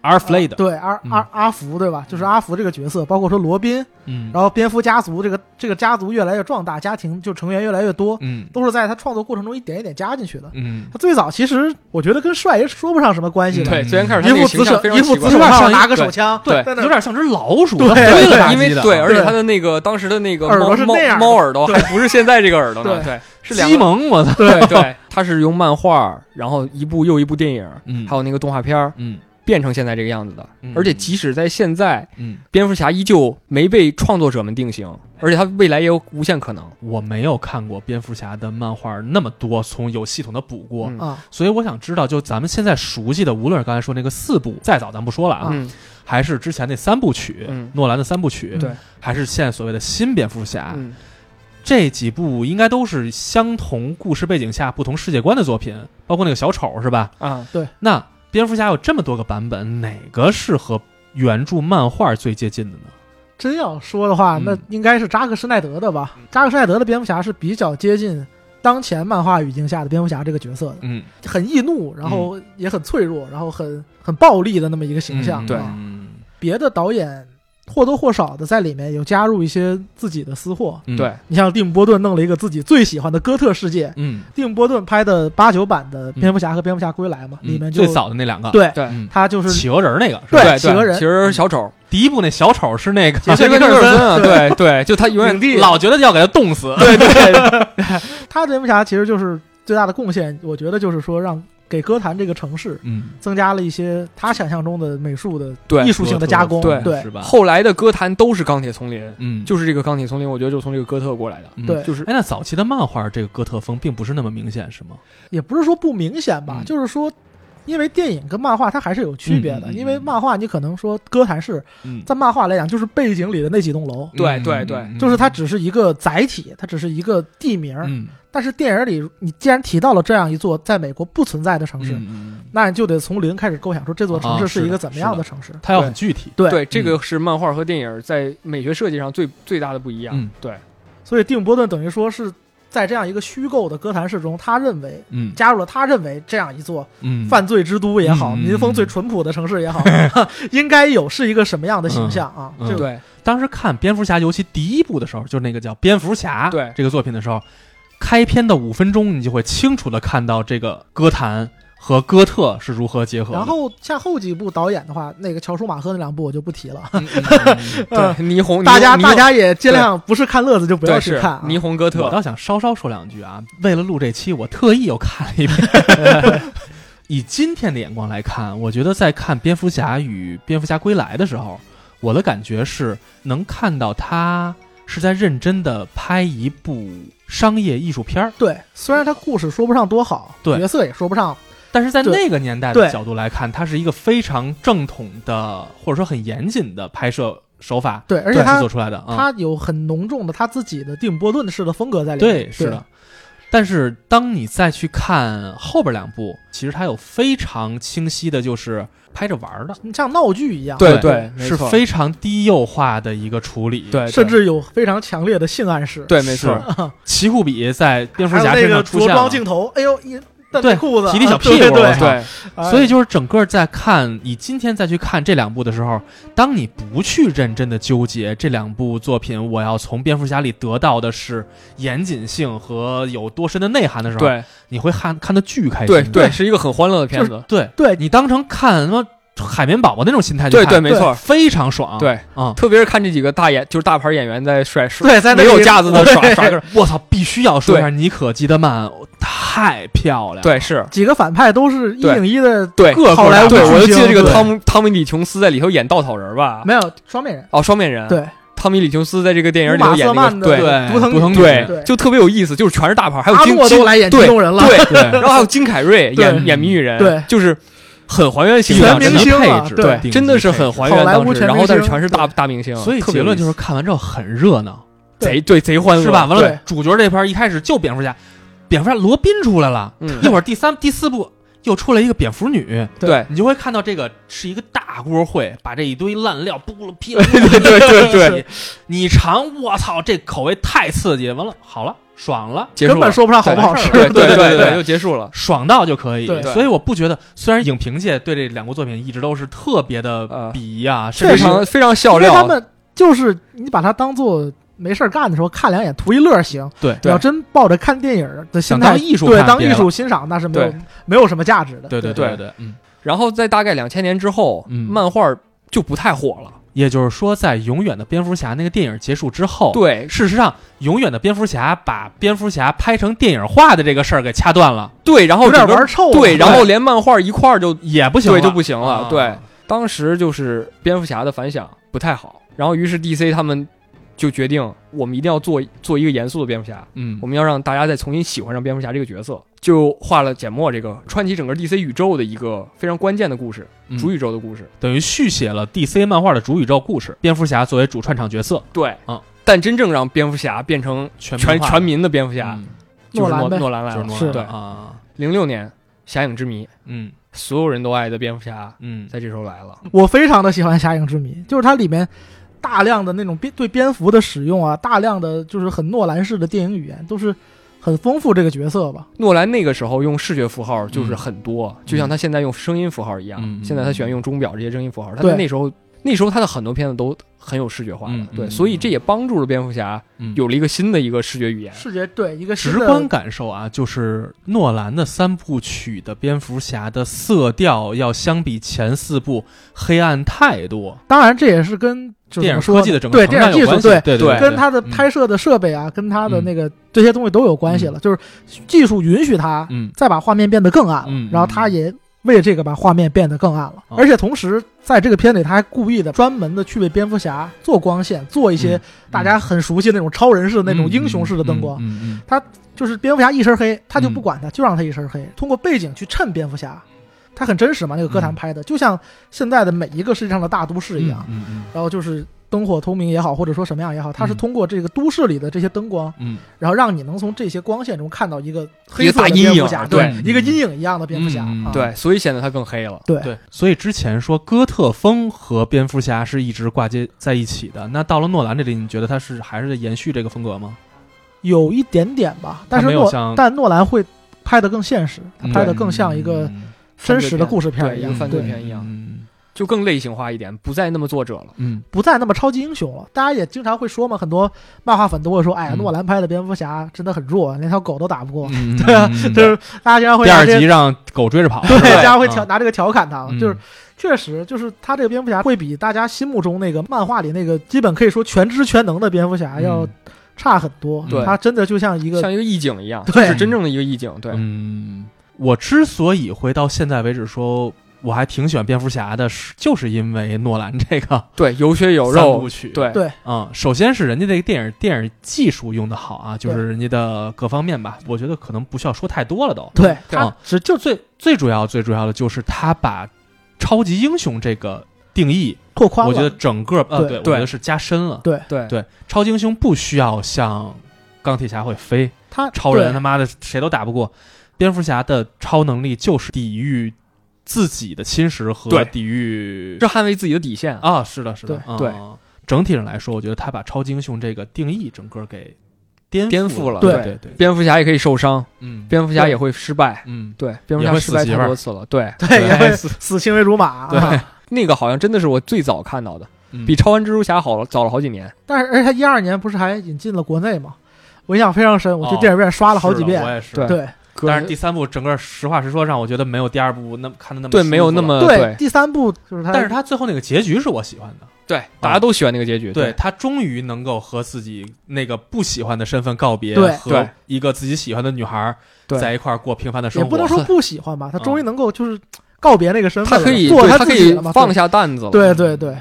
Speaker 3: 啊
Speaker 1: ，R Flade，
Speaker 3: 对阿阿阿福，对吧？就是阿福这个角色，包括说罗宾，
Speaker 1: 嗯，
Speaker 3: 然后蝙蝠家族这个这个家族越来越壮大，家庭就成员越来越多，
Speaker 1: 嗯
Speaker 3: 都是在他创作过程中一点一点加进去的。
Speaker 1: 嗯，
Speaker 3: 他最早其实我觉得跟帅也说不上什么关系
Speaker 1: 嗯
Speaker 3: 的，
Speaker 2: 对，最先开始他
Speaker 3: 一
Speaker 2: 那
Speaker 3: 副
Speaker 2: 个形
Speaker 3: 紫
Speaker 2: 象
Speaker 3: 手
Speaker 2: 非
Speaker 3: 一
Speaker 2: 常
Speaker 3: 副
Speaker 2: 奇
Speaker 3: 紫
Speaker 2: 怪，
Speaker 3: 手
Speaker 1: 上
Speaker 3: 上
Speaker 1: 一
Speaker 3: 拿个手枪，
Speaker 2: 对
Speaker 3: 在那
Speaker 1: 有点像只老鼠，
Speaker 3: 对
Speaker 1: 它飞了
Speaker 3: 对
Speaker 1: 吧
Speaker 2: 因为
Speaker 1: 唧的
Speaker 2: 对，
Speaker 1: 啊
Speaker 2: 而且
Speaker 3: 对
Speaker 2: 他的那个当时的那个
Speaker 3: 耳朵
Speaker 2: 猫
Speaker 3: 是
Speaker 2: 猫
Speaker 3: 那样的
Speaker 2: 猫耳朵，还不是现在这个耳朵呢，
Speaker 3: 对
Speaker 2: 对，是两
Speaker 1: 鸡
Speaker 2: 个，
Speaker 1: 萌，我操，
Speaker 2: 对对，他是用漫画，然后一部又一部电影，
Speaker 1: 嗯
Speaker 2: 还有那个动画片儿
Speaker 1: 嗯
Speaker 2: 变成现在这个样子的
Speaker 1: 嗯，
Speaker 2: 而且即使在现在，
Speaker 1: 嗯，
Speaker 2: 蝙蝠侠依旧没被创作者们定型，而且他未来也有无限可能。
Speaker 1: 我没有看过蝙蝠侠的漫画那么多，从有系统的补过，
Speaker 2: 嗯
Speaker 3: 啊，
Speaker 1: 所以我想知道，就咱们现在熟悉的，无论是刚才说那个四部，再早咱不说了啊，
Speaker 2: 嗯
Speaker 1: 还是之前那三部曲，
Speaker 2: 嗯
Speaker 1: 诺兰的三部曲，
Speaker 2: 对
Speaker 1: 还是现在所谓的新蝙蝠侠，
Speaker 2: 嗯，
Speaker 1: 这几部应该都是相同故事背景下不同世界观的作品，包括那个小丑是吧？
Speaker 2: 啊，
Speaker 1: 那蝙蝠侠有这么多个版本，哪个是和原著漫画最接近的呢？
Speaker 3: 真要说的话，
Speaker 1: 嗯
Speaker 3: 那应该是扎克施耐德的
Speaker 2: 嗯
Speaker 3: 吧？扎克施耐德的蝙蝠侠是比较接近当前漫画语境下的蝙蝠侠这个角色
Speaker 1: 嗯，
Speaker 3: 的，很易怒，然后
Speaker 2: 嗯
Speaker 3: 也很脆弱，然后很很暴力的那么一个形
Speaker 1: 嗯
Speaker 3: 象。
Speaker 2: 对
Speaker 3: 啊别的导演或多或少的在里面有加入一些自己的私货。
Speaker 1: 嗯
Speaker 2: 对，，
Speaker 3: 你像蒂姆·波顿弄了一个自己最喜欢的哥特世界，
Speaker 1: 嗯，
Speaker 3: 蒂姆·波顿拍的八九版的
Speaker 2: 嗯
Speaker 3: 《蝙蝠侠》和《蝙蝠侠归来》嘛，
Speaker 1: 嗯
Speaker 3: 里面就
Speaker 1: 最早的那两个，
Speaker 3: 对，
Speaker 2: 对
Speaker 1: 嗯，
Speaker 3: 他就是
Speaker 1: 企鹅人儿那个是吧
Speaker 3: 对
Speaker 2: 对，
Speaker 3: 企鹅人
Speaker 2: 企鹅人
Speaker 1: [laughs]
Speaker 2: 小丑，
Speaker 1: 第一部那小丑是那个
Speaker 3: 杰森
Speaker 2: 杰克
Speaker 3: 尼克
Speaker 2: 尼
Speaker 3: 尔
Speaker 2: 克尔
Speaker 3: 森
Speaker 1: [laughs]
Speaker 2: 森啊，对对，就他永远
Speaker 3: 影帝
Speaker 1: 老觉得要给他冻死。
Speaker 2: 对对，
Speaker 3: 他的蝙蝠侠其实就是最大的贡献，我觉得就是说让给歌坛这个城市
Speaker 1: 嗯，
Speaker 3: 增加了一些他想象中的美术的
Speaker 2: 对
Speaker 3: 艺术性的加工，
Speaker 2: 对
Speaker 3: 对
Speaker 1: 是吧？
Speaker 2: 后来的歌坛都是钢铁丛林，
Speaker 1: 嗯，
Speaker 2: 就是这个钢铁丛林，我觉得就从这个哥特过来的，
Speaker 1: 嗯
Speaker 3: 对
Speaker 2: 就是
Speaker 1: 哎，那早期的漫画这个哥特风并不是那么明显，是吗？
Speaker 3: 也不是说不明显吧，
Speaker 1: 嗯
Speaker 3: 就是说。因为电影跟漫画它还是有区别的，
Speaker 1: 嗯嗯嗯
Speaker 3: 因为漫画你可能说哥谭市，
Speaker 1: 嗯，
Speaker 3: 在漫画来讲就是背景里的那几栋楼，
Speaker 2: 对对对
Speaker 3: 就是它只是一个载体，它只是一个地名。
Speaker 1: 嗯
Speaker 3: 但是电影里你既然提到了这样一座在美国不存在的城市，
Speaker 1: 嗯，
Speaker 3: 那你就得从零开始构想出这座城
Speaker 1: 啊
Speaker 3: 市
Speaker 1: 是
Speaker 3: 是一
Speaker 1: 的
Speaker 3: 个怎么
Speaker 1: 是
Speaker 3: 样
Speaker 1: 的
Speaker 3: 的城市。
Speaker 1: 它要很具体。
Speaker 3: 对
Speaker 2: 对，这
Speaker 1: 嗯
Speaker 2: 个是漫画和电影在美学设计上最最大的不一样
Speaker 1: 嗯，
Speaker 2: 对，
Speaker 3: 所以蒂姆·波顿等于说是在这样一个虚构的哥谭市中，他认为
Speaker 1: 嗯
Speaker 3: 加入了他认为这样一座
Speaker 1: 嗯，
Speaker 3: 犯罪之都也好，
Speaker 1: 嗯
Speaker 3: 民风最淳朴的城
Speaker 1: [laughs]
Speaker 3: 市也好，应该有是一个什么样的形象啊？
Speaker 1: 嗯
Speaker 3: 这个
Speaker 2: 对
Speaker 1: 当时看蝙蝠侠，尤其第一部的时候，就是那个叫《蝙蝠侠》
Speaker 2: 对
Speaker 1: 这个作品的时候，开篇的五分钟，你就会清楚的看到这个歌坛和哥特是如何结合的。
Speaker 3: 然后像后几部导演的话，那个乔舒马赫那两部我就不提
Speaker 1: [laughs]
Speaker 3: 了，
Speaker 2: 嗯嗯嗯
Speaker 3: 呃
Speaker 2: 嗯对，霓虹，
Speaker 3: [laughs] 大家
Speaker 2: 霓虹
Speaker 3: 大家也尽量不是看乐子就不要
Speaker 2: 对
Speaker 3: 去
Speaker 2: 是
Speaker 3: 看啊。
Speaker 2: 霓虹哥
Speaker 1: 我
Speaker 2: 特，
Speaker 1: 倒想稍稍说两句啊，为了录这期，我特意又看了一遍。以今天的眼光来看，我觉得在看《蝙蝠侠与蝙蝠侠归来》的时候，我的感觉是能看到他是在认真的拍一部商业艺术片儿，
Speaker 3: 对，虽然他故事说不上多好，
Speaker 1: 对
Speaker 3: 角色也说不上，
Speaker 1: 但是在
Speaker 3: 对
Speaker 1: 那个年代的
Speaker 3: 对
Speaker 1: 角度来看，它是一个非常正统的或者说很严谨的拍摄手法
Speaker 3: 对，而且
Speaker 1: 制
Speaker 3: 他
Speaker 1: 作出来的啊。
Speaker 3: 他有很浓重的他自己的蒂姆·波顿式的风格在里面。
Speaker 1: 对，是的。但是当你再去看后边两部，其实它有非常清晰的，就是拍着玩儿的，
Speaker 3: 你像闹剧一样，
Speaker 2: 对
Speaker 1: 对
Speaker 2: 对，
Speaker 1: 是非常低幼化的一个处理。，
Speaker 2: 哎对，
Speaker 3: 甚至有非常强烈的性暗示。
Speaker 2: 对，没错，
Speaker 1: 奇酷比在蝙蝠
Speaker 3: 还有
Speaker 1: 侠
Speaker 3: 那
Speaker 1: 身
Speaker 3: 个
Speaker 1: 上出
Speaker 3: 着
Speaker 1: 现
Speaker 3: 装
Speaker 1: 了，
Speaker 3: 镜头，哎呦，一蹬
Speaker 1: 对
Speaker 3: 裤子，
Speaker 1: 提提小
Speaker 3: 啊
Speaker 1: 屁股
Speaker 3: 对对
Speaker 1: 我操
Speaker 2: 对，
Speaker 3: 哎
Speaker 1: 所以就是整个在看你今天再去看这两部的时候，当你不去认真的纠结这两部作品，我要从蝙蝠侠里得到的是严谨性和有多深的内涵的时候，
Speaker 2: 对
Speaker 1: 你会看看的巨开心。
Speaker 2: 对对，是一个很欢乐的片子，
Speaker 1: 对，
Speaker 3: 对
Speaker 1: 你当成看什么海绵宝宝那种心态去
Speaker 2: 对
Speaker 1: 看，
Speaker 2: 对，没错，
Speaker 1: 非常爽。
Speaker 2: 对，
Speaker 1: 啊、
Speaker 2: 特别是看这几个大演，就是大牌演员在甩甩，
Speaker 1: 对，在
Speaker 2: 没有架子的耍耍
Speaker 1: [laughs]
Speaker 2: 个人，
Speaker 1: 我操，必须要说一下妮可基德曼太漂亮。
Speaker 2: 对，是。
Speaker 3: 几个反派都是一
Speaker 2: 对
Speaker 3: 顶一的，
Speaker 2: 对，
Speaker 1: 个
Speaker 3: 好莱坞
Speaker 2: 对，我就记得这
Speaker 3: 巨
Speaker 2: 个
Speaker 3: 星
Speaker 2: 汤姆汤米·李琼斯在里头演稻草人儿吧？
Speaker 3: 没有双面人。
Speaker 2: 哦，双面人。，
Speaker 3: 对，
Speaker 2: 汤米·李琼斯在这个电影里头
Speaker 3: 马
Speaker 2: 演
Speaker 3: 瑟
Speaker 2: 那
Speaker 3: 曼
Speaker 2: 个，
Speaker 3: 的
Speaker 2: 对
Speaker 1: 对
Speaker 3: 独藤
Speaker 1: 独藤
Speaker 2: 对
Speaker 3: 对
Speaker 2: 就特别有意思，就是全是大牌，还有
Speaker 3: 阿
Speaker 2: 金
Speaker 3: 诺
Speaker 2: 金
Speaker 3: 都来演金
Speaker 2: 对
Speaker 3: 融人了，
Speaker 2: 对，
Speaker 1: 对
Speaker 2: 然后
Speaker 3: [laughs]
Speaker 2: 还有金凯瑞演
Speaker 1: 对
Speaker 2: 演谜语人，
Speaker 3: 对
Speaker 2: 就是很还原形
Speaker 3: 全
Speaker 2: 象，
Speaker 3: 明
Speaker 2: 真的
Speaker 3: 星
Speaker 1: 配
Speaker 3: 了
Speaker 1: 置，
Speaker 3: 对
Speaker 1: 顶级
Speaker 2: 真的是很
Speaker 1: 配置
Speaker 2: 还原
Speaker 3: 好莱坞
Speaker 2: 当时，
Speaker 3: 全
Speaker 2: 然后但是
Speaker 3: 明星
Speaker 2: 全是大大明星，
Speaker 1: 所以
Speaker 2: 特别
Speaker 1: 结
Speaker 2: 有
Speaker 1: 论
Speaker 2: 意思
Speaker 1: 就是看完之后很热闹，
Speaker 2: 贼对贼欢乐，
Speaker 1: 是吧？完了
Speaker 3: 对，
Speaker 1: 主角这盘一开始就蝙蝠侠，蝙蝠侠罗宾出来了，
Speaker 2: 嗯
Speaker 1: 一，会儿第三、第四部又出来一个蝙蝠女，
Speaker 2: 对
Speaker 1: 你就会看到这个是一个大锅烩，把这一堆烂料扑了噼了，
Speaker 2: 对对对对，
Speaker 1: 对，你尝，我操，这口味太刺激，完了，好了，爽了，
Speaker 2: 结束
Speaker 3: 根
Speaker 2: 了
Speaker 3: 本，说不上好不好吃。
Speaker 2: 对对
Speaker 1: 对
Speaker 2: 对
Speaker 1: 对
Speaker 2: 又结束了。
Speaker 1: 爽到就可以。
Speaker 3: 对
Speaker 1: 所以我不觉得，虽然影评界对这两部作品一直都是特别的鄙夷啊，甚
Speaker 2: 呃非
Speaker 1: 至是
Speaker 2: 常非常笑
Speaker 3: 因为他
Speaker 2: 料，
Speaker 3: 们就是你把它当做没事儿干的时候看两眼图一乐行，
Speaker 1: 对
Speaker 3: 你要真抱着看电影的心
Speaker 1: 想
Speaker 3: 态
Speaker 1: 当，艺术
Speaker 3: 对
Speaker 1: 看
Speaker 3: 当
Speaker 1: 别
Speaker 3: 艺
Speaker 1: 了
Speaker 3: 术欣赏那是没有
Speaker 2: 对
Speaker 3: 没有什么价值的。
Speaker 1: 对对
Speaker 2: 对
Speaker 1: 对对，嗯。
Speaker 2: 然后在大概两千年之后，
Speaker 1: 嗯
Speaker 2: 漫画就不太火了。
Speaker 1: 也就是说，在《永远的蝙蝠侠》那个电影结束之后，
Speaker 2: 对
Speaker 1: 事实上，《永远的蝙蝠侠》把蝙蝠侠拍成电影化的这个事儿给掐断了，
Speaker 2: 对，然后
Speaker 3: 有点
Speaker 2: 整个
Speaker 3: 玩臭了。
Speaker 2: 对，然后连漫画一块儿就
Speaker 1: 也不行了，
Speaker 2: 对就不行了。
Speaker 1: 啊
Speaker 2: 对，当时就是蝙蝠侠的反响不太好，然后于是 DC 他们就决定，我们一定要做做一个严肃的蝙蝠侠，
Speaker 1: 嗯
Speaker 2: 我，们要让大家再重新喜欢上蝙蝠侠这个角色，就画了简墨这个串起整个 DC 宇宙的一个非常关键的故事，
Speaker 1: 嗯
Speaker 2: 主宇宙的故事。
Speaker 1: 等于续写了 DC 漫画的主宇宙故事，蝙蝠侠作为主串场角色，
Speaker 2: 对，
Speaker 1: 嗯
Speaker 2: 但真正让蝙蝠侠变成
Speaker 1: 全
Speaker 2: 全
Speaker 1: 全
Speaker 2: 全民的蝙蝠侠，
Speaker 1: 嗯
Speaker 2: 就是
Speaker 3: 诺兰
Speaker 2: 诺
Speaker 3: 呗
Speaker 2: 诺兰来
Speaker 1: 就是
Speaker 2: 了。
Speaker 1: 诺
Speaker 3: 是
Speaker 1: 兰
Speaker 2: 对
Speaker 1: 啊，
Speaker 2: 零六年《侠影之谜》，
Speaker 1: 嗯
Speaker 2: 所有人都爱的蝙蝠侠
Speaker 1: 嗯，
Speaker 2: 在这时候来了。
Speaker 3: 我非常的喜欢《侠影之谜》，就是它里面大量的那种蝙对蝙蝠的使用啊，大量的就是很诺兰式的电影语言，都是很丰富这个角色吧。
Speaker 2: 诺兰那个时候用视觉符号就是很多，就像他现在用声音符号一样。
Speaker 1: 嗯嗯嗯
Speaker 2: 现在他喜欢用钟表这些声音符号，但
Speaker 3: 对
Speaker 2: 他那时候那时候他的很多片子都很有视觉化的，
Speaker 1: 嗯嗯
Speaker 2: 对，
Speaker 1: 嗯
Speaker 2: 所以这也帮助了蝙蝠侠
Speaker 1: 嗯
Speaker 2: 有了一个新的一个视觉语言。
Speaker 3: 视觉对一个新
Speaker 1: 直
Speaker 3: 的
Speaker 1: 观感受啊，就是诺兰的三部曲的蝙蝠侠的色调要相比前四部黑暗太多，
Speaker 3: 当然这也是跟就是
Speaker 1: 电
Speaker 3: 怎
Speaker 1: 影
Speaker 3: 么说
Speaker 1: 科技的整个
Speaker 3: 对
Speaker 1: 成
Speaker 3: 电
Speaker 1: 长
Speaker 3: 影技
Speaker 1: 有
Speaker 3: 术
Speaker 1: 关系，
Speaker 3: 对。
Speaker 1: 对
Speaker 2: 对
Speaker 3: 跟他的
Speaker 1: 嗯
Speaker 3: 拍摄的设备啊，跟他的
Speaker 1: 嗯
Speaker 3: 那个这些东西都有关系了，就是技术允许他
Speaker 1: 嗯
Speaker 3: 再把画面变得更暗了，
Speaker 1: 嗯嗯
Speaker 3: 然后他也为这个把画面变得更暗了，
Speaker 1: 哦
Speaker 3: 而且同时在这个片里他还故意的专门的去为蝙蝠侠做光线，做一些大家很熟悉那种超人式的那种英雄式的灯光，
Speaker 1: 嗯嗯嗯嗯嗯
Speaker 3: 就是蝙蝠侠一身黑，他就不管他，就让他一身黑，通过背景去衬蝙蝠侠，他很真实嘛，那个歌坛拍的，就像现在的每一个世界上的大都市一样，
Speaker 1: 嗯嗯
Speaker 3: 然后就是。灯火通明也好，或者说什么样也好，它是
Speaker 1: 嗯
Speaker 3: 通过这个都市里的这些灯光，
Speaker 1: 嗯，
Speaker 3: 然后让你能从这些光线中看到一个黑
Speaker 2: 一个
Speaker 3: 色
Speaker 2: 大
Speaker 3: 的
Speaker 2: 阴影
Speaker 3: 蝙蝠侠，
Speaker 2: 对
Speaker 1: 嗯
Speaker 3: 一个阴影一样的蝙蝠侠
Speaker 1: 嗯，
Speaker 3: 啊
Speaker 2: 对，所以显得他更黑了。
Speaker 3: 对
Speaker 1: 对，所以之前说哥特风和蝙蝠侠是一直挂接在一起的，那到了诺兰这里，你觉得他是还是在延续这个风格吗？
Speaker 3: 有一点点吧，但是
Speaker 1: 没有
Speaker 3: 诺
Speaker 1: 像
Speaker 3: 但诺兰会拍的更现实，他拍的更像一个
Speaker 1: 嗯
Speaker 3: 真实的故事片儿一样
Speaker 2: 对，犯罪
Speaker 3: 对，
Speaker 2: 片一样
Speaker 1: 嗯
Speaker 2: 就更类型化一点，不再那么作者了。
Speaker 1: 嗯
Speaker 3: 不再那么超级英雄了。大家也经常会说嘛，很多漫画粉都会说，哎呀，
Speaker 1: 嗯
Speaker 3: 诺兰拍的蝙蝠侠真的很弱，连条狗都打不过。
Speaker 1: 嗯，
Speaker 3: 对啊
Speaker 1: 嗯嗯嗯
Speaker 3: 就是大家经常会
Speaker 1: 第
Speaker 3: 拿
Speaker 1: 二
Speaker 3: 这
Speaker 1: 集让狗追着跑，
Speaker 3: [laughs] 对，
Speaker 1: 是吧
Speaker 3: 大家会调
Speaker 1: 嗯
Speaker 3: 拿这个调侃他，
Speaker 1: 嗯
Speaker 3: 就是确实就是他这个蝙蝠侠会比大家心目中那个漫画里那个基本可以说全知全能的蝙蝠侠要
Speaker 1: 嗯
Speaker 3: 差很多，
Speaker 1: 对
Speaker 3: 他真的就像一个
Speaker 2: 像一个意境一样，
Speaker 3: 对
Speaker 2: 是真正的一个意境。对，
Speaker 1: 嗯，我之所以会到现在为止说我还挺喜欢蝙蝠侠的，是就是因为诺兰这个
Speaker 2: 对，有血有
Speaker 1: 三部
Speaker 2: 肉，
Speaker 1: 曲。，
Speaker 2: 对
Speaker 3: 对
Speaker 1: 嗯，首先是人家这个电影电影技术用的好啊，就是人家的各方面吧，我觉得可能不需要说太多了都。
Speaker 3: 对
Speaker 1: 嗯
Speaker 2: 啊
Speaker 3: 他只就
Speaker 1: 就最最主要最主要的就是他把超级英雄这个定义，
Speaker 3: 拓宽了，
Speaker 1: 我觉得整个呃
Speaker 3: 对
Speaker 1: 对，我
Speaker 2: 对
Speaker 1: 觉得是加深了。
Speaker 2: 对
Speaker 1: 对，超级英雄不需要像钢铁侠会飞，
Speaker 3: 他
Speaker 1: 超人
Speaker 3: 对
Speaker 1: 他妈的谁都打不过，蝙蝠侠的超能力就是抵御自己的侵蚀和
Speaker 2: 对
Speaker 1: 抵御
Speaker 2: 这捍卫自己的底线啊。
Speaker 1: 啊，是的，是的，
Speaker 3: 对
Speaker 1: 嗯
Speaker 2: 对
Speaker 1: 嗯整体上来说，我觉得他把超级英雄这个定义整个给颠
Speaker 2: 颠
Speaker 1: 覆
Speaker 2: 覆了
Speaker 1: 对
Speaker 2: 对
Speaker 1: 对对，
Speaker 2: 蝙蝠侠也可以受伤，
Speaker 1: 嗯
Speaker 2: 蝙蝠侠
Speaker 3: 对
Speaker 2: 也会失败，
Speaker 1: 嗯，
Speaker 2: 对，蝙蝠
Speaker 1: 也
Speaker 2: 侠
Speaker 1: 会
Speaker 2: 失败
Speaker 1: 死媳妇
Speaker 2: 太
Speaker 1: 儿
Speaker 2: 多次了。对，
Speaker 3: 对也会
Speaker 1: 死
Speaker 3: 死青为竹马，
Speaker 1: 对
Speaker 3: 啊
Speaker 2: 那个好像真的是我最早看到的，
Speaker 1: 嗯
Speaker 2: 比超完蜘蛛侠好了早了好几年。
Speaker 3: 但是而且他一二年不是还引进了国内吗？我印象非常深，我去
Speaker 1: 哦
Speaker 3: 电影院刷了好几
Speaker 1: 是的
Speaker 3: 遍
Speaker 1: 我。也是。
Speaker 2: 对
Speaker 3: 对
Speaker 2: 哥
Speaker 1: 但是第三部整个实话实说，让我觉得没有第二部那么看的那么
Speaker 2: 对
Speaker 1: 舒服
Speaker 2: 没有
Speaker 1: 了，
Speaker 2: 那么
Speaker 3: 对，第三部就是他，
Speaker 1: 呃但是他最后那个结局是我喜欢的。
Speaker 2: 对，啊大家都喜欢那个结局。
Speaker 1: 对他终于能够和自己那个不喜欢的身份告别，
Speaker 3: 对
Speaker 1: 和
Speaker 2: 对
Speaker 1: 一个自己喜欢的女孩儿
Speaker 2: 对
Speaker 1: 在一块儿过平凡的生
Speaker 3: 也
Speaker 1: 活。
Speaker 3: 不能说不喜欢吧，他
Speaker 1: 嗯
Speaker 3: 终于能够就是告别那个身份
Speaker 2: 他
Speaker 3: 了，
Speaker 2: 可以，
Speaker 3: 做
Speaker 2: 对他
Speaker 3: 自
Speaker 2: 可
Speaker 3: 己
Speaker 2: 以
Speaker 3: 了嘛
Speaker 2: 放。下担子了。
Speaker 3: 对对对，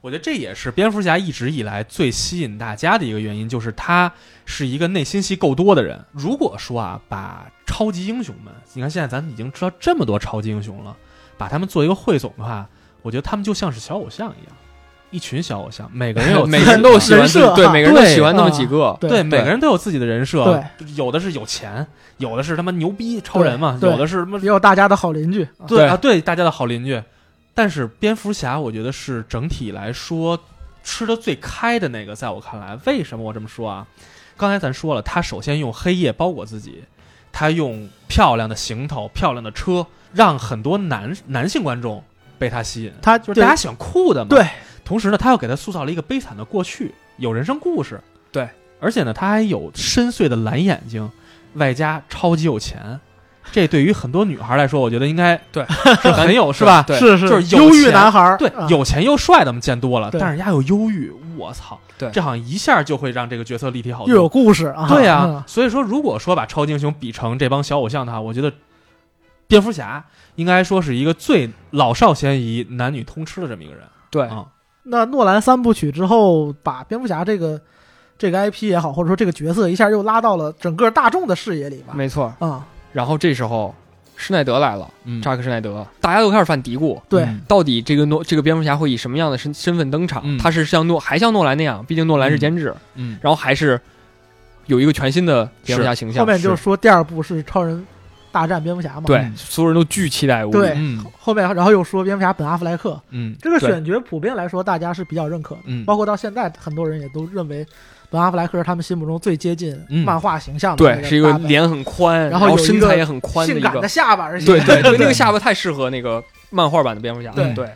Speaker 1: 我觉得这也是蝙蝠侠一直以来最吸引大家的一个原因，就是他是一个内心戏够多的人。如果说啊，把超级英雄们，你看现在咱们已经知道这么多超级英雄了，把他们做一个汇总的话，我觉得他们就像是小偶像一样，一群小偶像，每个人
Speaker 2: [laughs]
Speaker 1: 有自己
Speaker 2: 每
Speaker 1: 的
Speaker 2: 个人都有喜欢
Speaker 3: 人
Speaker 2: 自
Speaker 3: 设
Speaker 2: 己，对
Speaker 3: 哈
Speaker 2: 每个人都
Speaker 1: 对
Speaker 2: 喜欢那么
Speaker 3: 啊
Speaker 2: 几个。
Speaker 3: 对
Speaker 1: 对，每个人都有自己的人设，
Speaker 3: 对
Speaker 1: 有的是有钱，有的是他妈牛逼超人嘛，
Speaker 3: 对对
Speaker 1: 有的是什么
Speaker 3: 也有大家的好邻居啊，
Speaker 1: 对
Speaker 2: 对
Speaker 1: 啊，对大家的好邻居。但是蝙蝠侠，我觉得是整体来说吃的最开的那个，在我看来，为什么我这么说啊？刚才咱说了，他首先用黑夜包裹自己，他用漂亮的行头、漂亮的车，让很多男男性观众被他吸引。
Speaker 3: 他
Speaker 1: 就是大家喜欢酷的嘛。
Speaker 3: 对。
Speaker 1: 同时呢，他又给他塑造了一个悲惨的过去，有人生故事。
Speaker 2: 对。
Speaker 1: 而且呢，他还有深邃的蓝眼睛，外加超级有钱。这对于很多女孩来说，我觉得应该
Speaker 2: 对
Speaker 1: 是
Speaker 2: [laughs]
Speaker 1: 很有是吧？
Speaker 2: 对
Speaker 3: 是是
Speaker 1: 就是有
Speaker 3: 忧郁
Speaker 1: 钱
Speaker 3: 男孩儿，
Speaker 1: 对
Speaker 3: 啊，
Speaker 1: 有钱又帅的我们见多了，
Speaker 3: 对
Speaker 1: 但是人家有忧郁，我操！
Speaker 2: 对
Speaker 1: 这好像一下就会让这个角色立体好
Speaker 3: 又有
Speaker 1: 多。
Speaker 3: 故事啊，
Speaker 1: 对
Speaker 3: 嗯
Speaker 1: 啊，所以说如果说把超级英雄比成这帮小偶像的话，我觉得蝙蝠侠应该说是一个最老少咸宜、男女通吃的这么一个人。
Speaker 2: 对
Speaker 1: 啊，
Speaker 3: 那诺兰三部曲之后，把蝙蝠侠这个这个 IP 也好，或者说这个角色一下又拉到了整个大众的视野里吧。
Speaker 2: 没错。
Speaker 3: 啊、
Speaker 2: 然后这时候施耐德来了，
Speaker 1: 嗯
Speaker 2: 扎克施耐德，大家都开始犯嘀咕，
Speaker 3: 对
Speaker 1: 嗯
Speaker 2: 到底这个诺这个蝙蝠侠会以什么样的身身份登场？
Speaker 1: 嗯
Speaker 2: 他是像诺还像诺兰那样，毕竟诺兰是监制，
Speaker 1: 嗯
Speaker 2: 然后还是有一个全新的蝙蝠侠形象。
Speaker 3: 后面就是说第二部是超人大战蝙蝠侠嘛。
Speaker 2: 对、
Speaker 1: 嗯
Speaker 2: 所有人都巨期待无比。
Speaker 3: 对
Speaker 1: 嗯
Speaker 3: 后面然后又说蝙蝠侠本阿弗莱克，
Speaker 1: 嗯
Speaker 3: 这个
Speaker 2: 对
Speaker 3: 选角普遍来说大家是比较认可的，
Speaker 1: 嗯，
Speaker 3: 包括到现在很多人也都认为本阿弗莱克是他们心目中最接近
Speaker 1: 嗯
Speaker 3: 漫画形象的、
Speaker 2: 对是一个
Speaker 3: 个
Speaker 2: 脸很宽，
Speaker 3: 然
Speaker 2: 然
Speaker 3: 后有一
Speaker 2: 身
Speaker 3: 个
Speaker 2: 材也很宽
Speaker 3: 性
Speaker 2: 一
Speaker 3: 感
Speaker 2: 个
Speaker 3: 的。下巴，而且
Speaker 2: 对
Speaker 3: [laughs]
Speaker 2: 对
Speaker 1: [laughs]
Speaker 2: 对，那个
Speaker 3: 对
Speaker 2: 下巴太适合那个漫画版的蝙蝠侠了。
Speaker 1: 对
Speaker 2: 对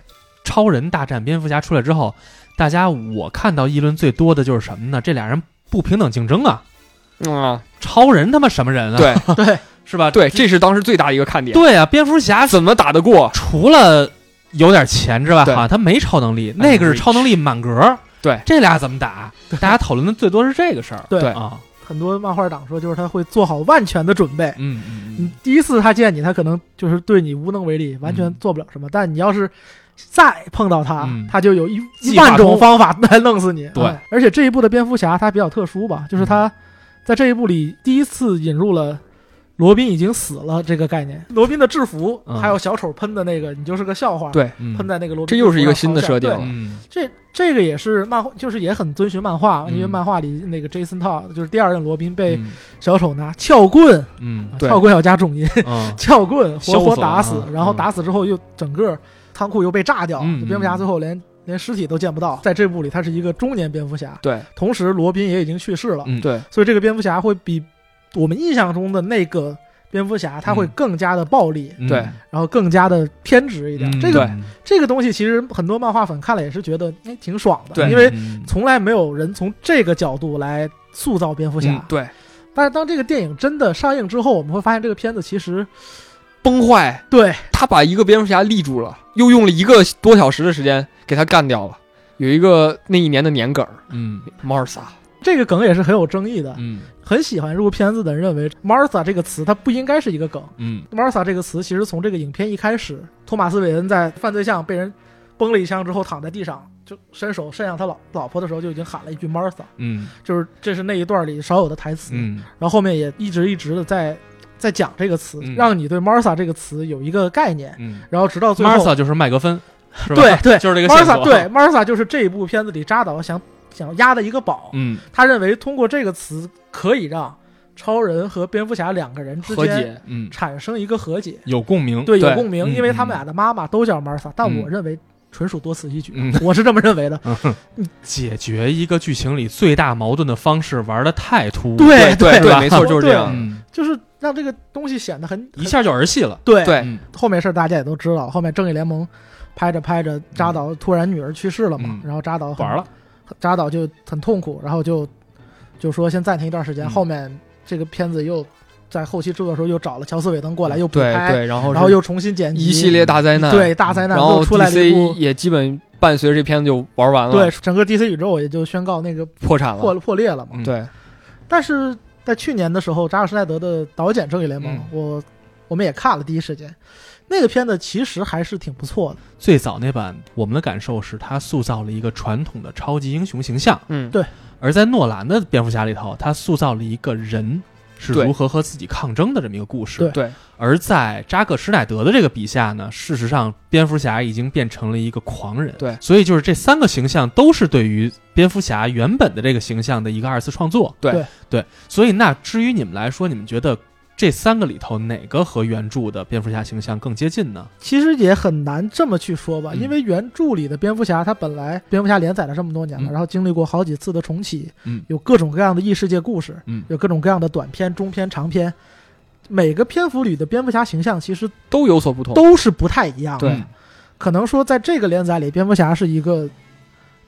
Speaker 1: 超人大战蝙蝠侠出来之后，大家我看到议论最多的就是什么呢？这俩人不平等竞争啊！
Speaker 2: 嗯啊，
Speaker 1: 超人他妈什么人啊？
Speaker 2: 对
Speaker 1: [laughs]
Speaker 3: 对
Speaker 1: 是吧？
Speaker 2: 对，这是当时最大的一个看点。
Speaker 1: 对啊，蝙蝠侠
Speaker 2: 怎么打得过？
Speaker 1: 除了有点钱之外，好
Speaker 2: 对
Speaker 1: 像他没超能力，那个是超能力满格。
Speaker 2: 对，
Speaker 1: 这俩怎么打？大家讨论的最多是这个事儿
Speaker 3: 对
Speaker 2: 对
Speaker 1: 啊。
Speaker 3: 很多漫画党说就是他会做好万全的准备。
Speaker 1: 嗯
Speaker 3: 你
Speaker 1: 嗯
Speaker 3: 第一次他见你，他可能就是对你无能为力，完全
Speaker 1: 嗯
Speaker 3: 做不了什么。但你要是再碰到他，
Speaker 1: 嗯
Speaker 3: 他就有一
Speaker 1: 计
Speaker 3: 一
Speaker 1: 划
Speaker 3: 万种
Speaker 1: 通
Speaker 3: 方法 [laughs] 来弄死你。
Speaker 1: 对
Speaker 3: 哎而且这一部的蝙蝠侠他比较特殊吧，就是
Speaker 2: 嗯
Speaker 3: 他在这一部里第一次引入了。罗宾已经死了这个概念，罗宾的制服、
Speaker 1: 嗯
Speaker 3: 还有小丑喷的那个，你就是个笑话。
Speaker 2: 对
Speaker 1: 嗯，
Speaker 3: 喷在那个罗宾，
Speaker 2: 这又是一个新的设定
Speaker 3: 对
Speaker 2: 了
Speaker 1: 嗯
Speaker 3: 这这个也是漫画，就是也很遵循漫画，
Speaker 1: 嗯
Speaker 3: 因为漫画里那个 Jason Todd 就是第二任罗宾被
Speaker 1: 嗯
Speaker 3: 小丑拿撬棍，
Speaker 1: 嗯
Speaker 2: 对
Speaker 3: 撬棍要加重音，
Speaker 1: 嗯
Speaker 3: 撬
Speaker 1: [laughs]
Speaker 3: 棍活
Speaker 1: 削
Speaker 3: 活
Speaker 1: 死
Speaker 3: 打
Speaker 1: 了
Speaker 3: 死，
Speaker 1: 嗯
Speaker 3: 然后
Speaker 1: 嗯
Speaker 3: 打死之后又整个仓库又被炸掉，
Speaker 1: 嗯
Speaker 3: 就蝙蝠侠最后连连尸体都见不到。在这部里，他是一个中年蝙蝠侠，
Speaker 2: 对
Speaker 3: 同时罗宾也已经去世了，
Speaker 1: 嗯
Speaker 2: 对
Speaker 3: 所以这个蝙蝠侠会比我们印象中的那个蝙蝠侠他会
Speaker 1: 嗯
Speaker 3: 更加的暴力，
Speaker 1: [laughs] 嗯
Speaker 2: 对
Speaker 3: 然后更加的偏执一点。
Speaker 1: 嗯
Speaker 3: 这个
Speaker 2: 对
Speaker 3: 这个东西其实很多漫画粉看了也是觉得哎挺爽的，
Speaker 2: 对
Speaker 3: 因为
Speaker 1: 嗯
Speaker 3: 从来没有人从这个角度来塑造蝙蝠侠。
Speaker 1: 嗯
Speaker 2: 对
Speaker 3: 但是当这个电影真的上映之后，我们会发现这个片子其实
Speaker 2: 崩坏，
Speaker 3: 对，
Speaker 2: 他把一个蝙蝠侠立住了，又用了一个多小时的时间给他干掉了。有一个那一年的年梗儿
Speaker 1: 嗯
Speaker 2: Martha，
Speaker 3: 这个梗也是很有争议的。
Speaker 1: 嗯
Speaker 3: 很喜欢这部片子的人认为，Martha 这个词它不应该是一个梗。
Speaker 1: 嗯
Speaker 3: Martha 这个词其实从这个影片一开始，托马斯·韦恩在犯罪巷被人崩了一枪之后躺在地上，就伸手伸向他老老婆的时候就已经喊了一句 Martha，
Speaker 1: 嗯
Speaker 3: 就是这是那一段里少有的台词。
Speaker 1: 嗯
Speaker 3: 然后后面也一直一直的在在讲这个词，
Speaker 1: 嗯
Speaker 3: 让你对 Martha 这个词有一个概念。
Speaker 1: 嗯
Speaker 3: 然后直到最后
Speaker 1: ，Martha 就是麦格芬，是吧？
Speaker 3: 对对
Speaker 1: 就是这个线
Speaker 3: ，Martha
Speaker 1: 索。
Speaker 3: 对，Martha 就是这一部片子里扎导想想压的一个宝。
Speaker 1: 嗯
Speaker 3: 他认为通过这个词可以让超人和蝙蝠侠两个人之
Speaker 2: 和
Speaker 3: 间
Speaker 2: 解，
Speaker 1: 嗯，
Speaker 3: 产生一个和解，
Speaker 1: 有共鸣。
Speaker 3: 对，有
Speaker 2: 对
Speaker 3: 共鸣，
Speaker 1: 嗯
Speaker 3: 因为他们俩的妈妈都叫 Martha，但
Speaker 1: 嗯
Speaker 3: 我认为纯属多此一举啊
Speaker 1: 嗯，
Speaker 3: 我是这么认为的。 [laughs]
Speaker 1: 解决一个剧情里最大矛盾的方式玩的太突兀，
Speaker 3: 对
Speaker 2: 对
Speaker 1: 对
Speaker 2: 没错就是这样
Speaker 1: 嗯，
Speaker 3: 就是让这个东西显得很
Speaker 1: [laughs] 一下就儿戏了。
Speaker 3: 对
Speaker 2: 对
Speaker 1: 嗯
Speaker 3: 后面事儿大家也都知道，后面正义联盟拍着拍着，扎导突然女儿去世了嘛
Speaker 1: 嗯，
Speaker 3: 然后扎导很
Speaker 1: 玩了，
Speaker 3: 扎导就很痛苦，然后就就说先暂停一段时间，
Speaker 1: 嗯
Speaker 3: 后面这个片子又在后期制作的时候又找了乔斯·韦登过来又补
Speaker 2: 对
Speaker 3: 拍，
Speaker 2: 对，然后
Speaker 3: 然后
Speaker 2: 是
Speaker 3: 又重新剪辑
Speaker 2: 一系列大灾难，，
Speaker 3: 对大灾
Speaker 2: 嗯
Speaker 3: 难，
Speaker 2: 然后
Speaker 3: 又出来了一
Speaker 2: DC
Speaker 3: 部。
Speaker 2: 也基本伴随着这片子就玩完了，
Speaker 3: 对，，整个 DC 宇宙也就宣告那个
Speaker 2: 破产
Speaker 3: 破
Speaker 2: 了，
Speaker 3: 破裂了嘛。
Speaker 1: 嗯
Speaker 2: 对，
Speaker 3: 但是在去年的时候，扎克施奈德的导演《正义联盟》
Speaker 1: 嗯
Speaker 3: 我我们也看了第一时间，那个片子其实还是挺不错的。
Speaker 1: 最早那版，我们的感受是他塑造了一个传统的超级英雄形象，
Speaker 2: 嗯，
Speaker 1: 而在诺兰的蝙蝠侠里头，他塑造了一个人是
Speaker 2: 对
Speaker 1: 如何和自己抗争的这么一个故事。
Speaker 3: 对
Speaker 2: 对，
Speaker 1: 而在扎克施耐德的这个笔下呢，事实上蝙蝠侠已经变成了一个狂人。
Speaker 2: 对
Speaker 1: 所以就是这三个形象都是对于蝙蝠侠原本的这个形象的一个二次创作。
Speaker 2: 对
Speaker 3: 对
Speaker 1: 对，所以那至于你们来说，你们觉得这三个里头哪个和原著的蝙蝠侠形象更接近呢？
Speaker 3: 其实也很难这么去说吧，
Speaker 1: 嗯
Speaker 3: 因为原著里的蝙蝠侠，他本来蝙蝠侠连载了这么多年了，
Speaker 1: 嗯
Speaker 3: 然后经历过好几次的重启，
Speaker 1: 嗯
Speaker 3: 有各种各样的异世界故事，
Speaker 1: 嗯
Speaker 3: 有各种各样的短篇、中篇、长篇，每个篇幅里的蝙蝠侠形象其实
Speaker 2: 都有所不同，
Speaker 3: 都是不太一样的。
Speaker 2: 对
Speaker 1: 嗯
Speaker 3: 可能说在这个连载里，蝙蝠侠是一个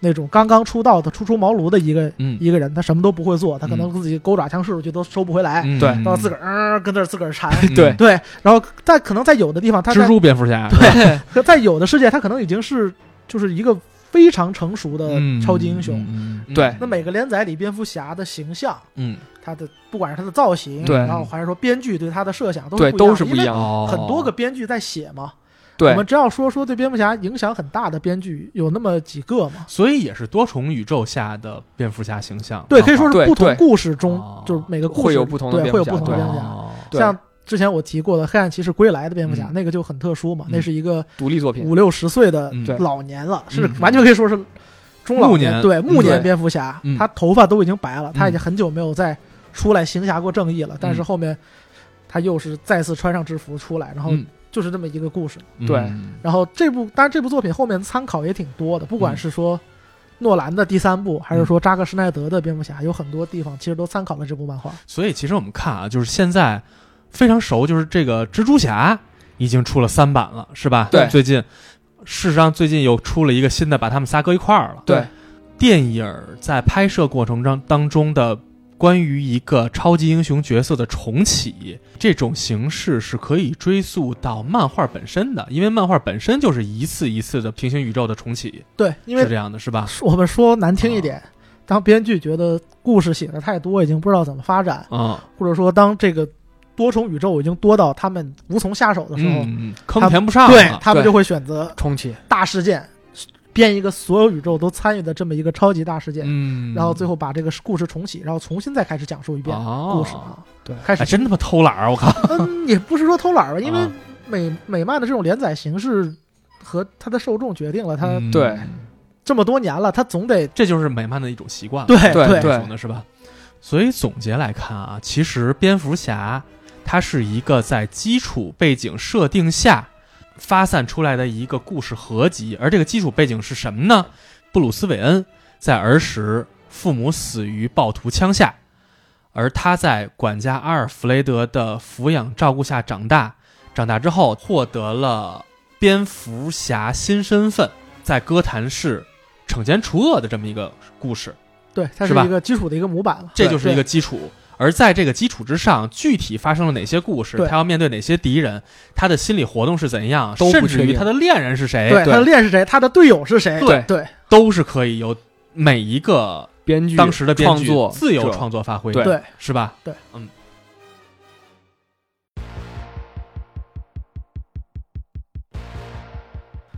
Speaker 3: 那种刚刚出道的、初出茅庐的一个
Speaker 1: 嗯，
Speaker 3: 一个人，他什么都不会做，他可能自己钩爪枪射出去都收不回来，
Speaker 1: 嗯
Speaker 2: 对
Speaker 3: 到自个儿、呃跟这儿自个儿
Speaker 1: [laughs]
Speaker 3: 缠。
Speaker 1: 嗯
Speaker 2: 对
Speaker 3: [laughs] 对，然后在可能在有的地方，他
Speaker 1: 蜘
Speaker 3: 在
Speaker 1: 蛛蝙蝠侠，
Speaker 2: 对，
Speaker 3: 可在有的世界，他可能已经是就是一个非常成熟的
Speaker 1: 嗯
Speaker 3: 超级英雄。，
Speaker 1: 嗯嗯
Speaker 2: 对
Speaker 3: 那每个连载里，蝙蝠侠的形象，
Speaker 1: 嗯
Speaker 3: 他的不管是他的造型，
Speaker 2: 对
Speaker 3: 嗯然后还是说编剧对他的设想，都
Speaker 2: 对，都是
Speaker 3: 不
Speaker 2: 不
Speaker 3: 一
Speaker 2: 一样，
Speaker 3: 样的。
Speaker 1: 哦，
Speaker 3: 因为很多个编剧在写嘛，
Speaker 2: 对
Speaker 3: 我们只要说说对蝙蝠侠影响很大的编剧有那么几个嘛，
Speaker 1: 所以也是多重宇宙下的蝙蝠侠形象。啊
Speaker 3: 对，可以说是
Speaker 2: 啊对
Speaker 3: 不同
Speaker 2: 对
Speaker 3: 故事中
Speaker 1: 哦，
Speaker 3: 就是每个故事
Speaker 2: 会有不同的
Speaker 3: 对，
Speaker 2: 蝙
Speaker 3: 会
Speaker 2: 蝠
Speaker 3: 有
Speaker 2: 侠
Speaker 3: 不同的
Speaker 2: 对
Speaker 3: 蝙蝠侠。
Speaker 1: 哦
Speaker 2: 对
Speaker 3: 像之前我提过的《黑暗骑士归来》的蝙蝠侠，
Speaker 1: 嗯
Speaker 3: 那个就很特殊嘛，
Speaker 1: 嗯
Speaker 3: 那是一个
Speaker 2: 独立作品，
Speaker 3: 五六十岁的
Speaker 1: 嗯
Speaker 2: 对
Speaker 3: 老年了，是
Speaker 1: 嗯
Speaker 3: 完全可以说是中老年，
Speaker 1: 暮年
Speaker 3: 对暮年
Speaker 2: 对嗯
Speaker 3: 蝙蝠侠
Speaker 1: 嗯，
Speaker 3: 他头发都已经白了，他已经很久没有再出来行侠过正义了，但是后面他又是再次穿上制服出来，然后
Speaker 1: 嗯
Speaker 3: 就是这么一个故事。
Speaker 1: 嗯
Speaker 2: 对
Speaker 1: 嗯
Speaker 3: 然后这部，当然这部作品后面参考也挺多的，不管是说诺兰的第三部，还是说扎克施奈德的蝙蝠侠，有很多地方其实都参考了这部漫画。
Speaker 1: 所以其实我们看啊，就是现在非常熟，就是这个蜘蛛侠已经出了三版了，是吧？
Speaker 2: 对
Speaker 1: 最近事实上最近又出了一个新的，把他们仨搁一块儿了。
Speaker 2: 对，
Speaker 1: 电影儿在拍摄过程中当中的关于一个超级英雄角色的重启，这种形式是可以追溯到漫画本身的，因为漫画本身就是一次一次的平行宇宙的重启，
Speaker 3: 对，因为
Speaker 1: 是这样的，是吧？
Speaker 3: 我们说难听一点，当编剧觉得故事写的太多，已经不知道怎么发展，
Speaker 1: 嗯，
Speaker 3: 或者说当这个多重宇宙已经多到他们无从下手的时候，
Speaker 1: 嗯，嗯啊坑填不上
Speaker 3: 对
Speaker 1: 了。
Speaker 3: 他们
Speaker 2: 对
Speaker 3: 就会选择
Speaker 2: 重启，
Speaker 3: 大事件，编一个所有宇宙都参与的这么一个超级大事件，
Speaker 1: 嗯，
Speaker 3: 然后最后把这个故事重启，然后重新再开始讲述一遍
Speaker 1: 哦
Speaker 3: 故事啊。
Speaker 2: 对
Speaker 3: 开始
Speaker 1: 哎，真他妈偷懒儿，我靠！
Speaker 3: [laughs] 嗯，也不是说偷懒儿吧，因为
Speaker 1: 啊
Speaker 3: 美美漫的这种连载形式和它的受众决定了它
Speaker 1: 嗯
Speaker 2: 对，
Speaker 3: 这么多年了，它总得
Speaker 1: 这就是美漫的一种习惯了。
Speaker 3: 对
Speaker 2: 对
Speaker 1: 这种的是吧？所以总结来看啊，其实蝙蝠侠它是一个在基础背景设定下发散出来的一个故事合集，而这个基础背景是什么呢？布鲁斯·韦恩在儿时父母死于暴徒枪下，而他在管家阿尔弗雷德的抚养照顾下长大，长大之后获得了蝙蝠侠新身份，在哥谭市惩奸除恶的这么一个故事。
Speaker 3: 对它
Speaker 1: 是吧
Speaker 3: 一个基础的一个模板了。
Speaker 1: 这就是一
Speaker 3: 对
Speaker 1: 个基础。而在这个基础之上，具体发生了哪些故事
Speaker 3: 对，
Speaker 1: 他要面对哪些敌人，他的心理活动是怎样，
Speaker 2: 都不
Speaker 1: 甚至
Speaker 2: 确
Speaker 1: 于
Speaker 2: 定
Speaker 1: 他的恋人是谁，
Speaker 3: 对，他的恋是谁，他的队友是谁，
Speaker 1: 哎对
Speaker 3: 对
Speaker 1: 都是可以由每一个
Speaker 2: 编剧
Speaker 1: 当时的编
Speaker 2: 创
Speaker 1: 剧
Speaker 2: 作
Speaker 1: 自由
Speaker 2: 者
Speaker 1: 创作发挥，
Speaker 2: 对
Speaker 3: 对，
Speaker 1: 是吧？
Speaker 3: 对，
Speaker 1: 嗯。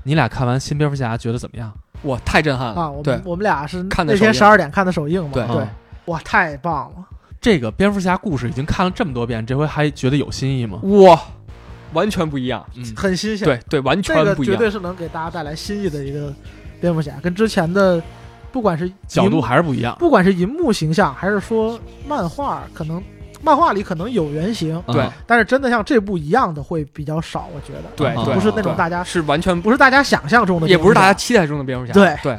Speaker 1: 你俩看完《新蝙蝠侠》觉得怎么样？
Speaker 2: 哇，太震撼了！
Speaker 3: 啊，我
Speaker 2: 对
Speaker 3: 们，我们俩是
Speaker 2: 看的
Speaker 3: 那
Speaker 2: 首
Speaker 3: 天
Speaker 2: 映
Speaker 3: 十二点看的首映嘛，
Speaker 2: 对
Speaker 3: 对
Speaker 1: 嗯，
Speaker 3: 哇，太棒了，
Speaker 1: 这个蝙蝠侠故事已经看了这么多遍，这回还觉得有新意吗？
Speaker 2: 哇，完全不一样，
Speaker 1: 嗯，
Speaker 3: 很新鲜，
Speaker 2: 对对，完
Speaker 3: 这
Speaker 2: 全
Speaker 3: 个
Speaker 2: 不一
Speaker 3: 绝
Speaker 2: 样。
Speaker 3: 对是能给大家带来新意的一个蝙蝠侠，跟之前的不管是
Speaker 1: 角度
Speaker 3: 银
Speaker 1: 还是不一样。
Speaker 3: 不管是银幕形象，还是说漫画，可能漫画里可能有原型，
Speaker 1: 嗯
Speaker 2: 对
Speaker 3: 但是真的像这部一样的会比较少，我觉得
Speaker 2: 对
Speaker 1: 啊
Speaker 2: 对，
Speaker 3: 不是那
Speaker 2: 对
Speaker 3: 种大家
Speaker 2: 是完全
Speaker 3: 不是大家想象中的，
Speaker 2: 也不是大家。期待中的蝙蝠侠。
Speaker 3: 对
Speaker 2: 对，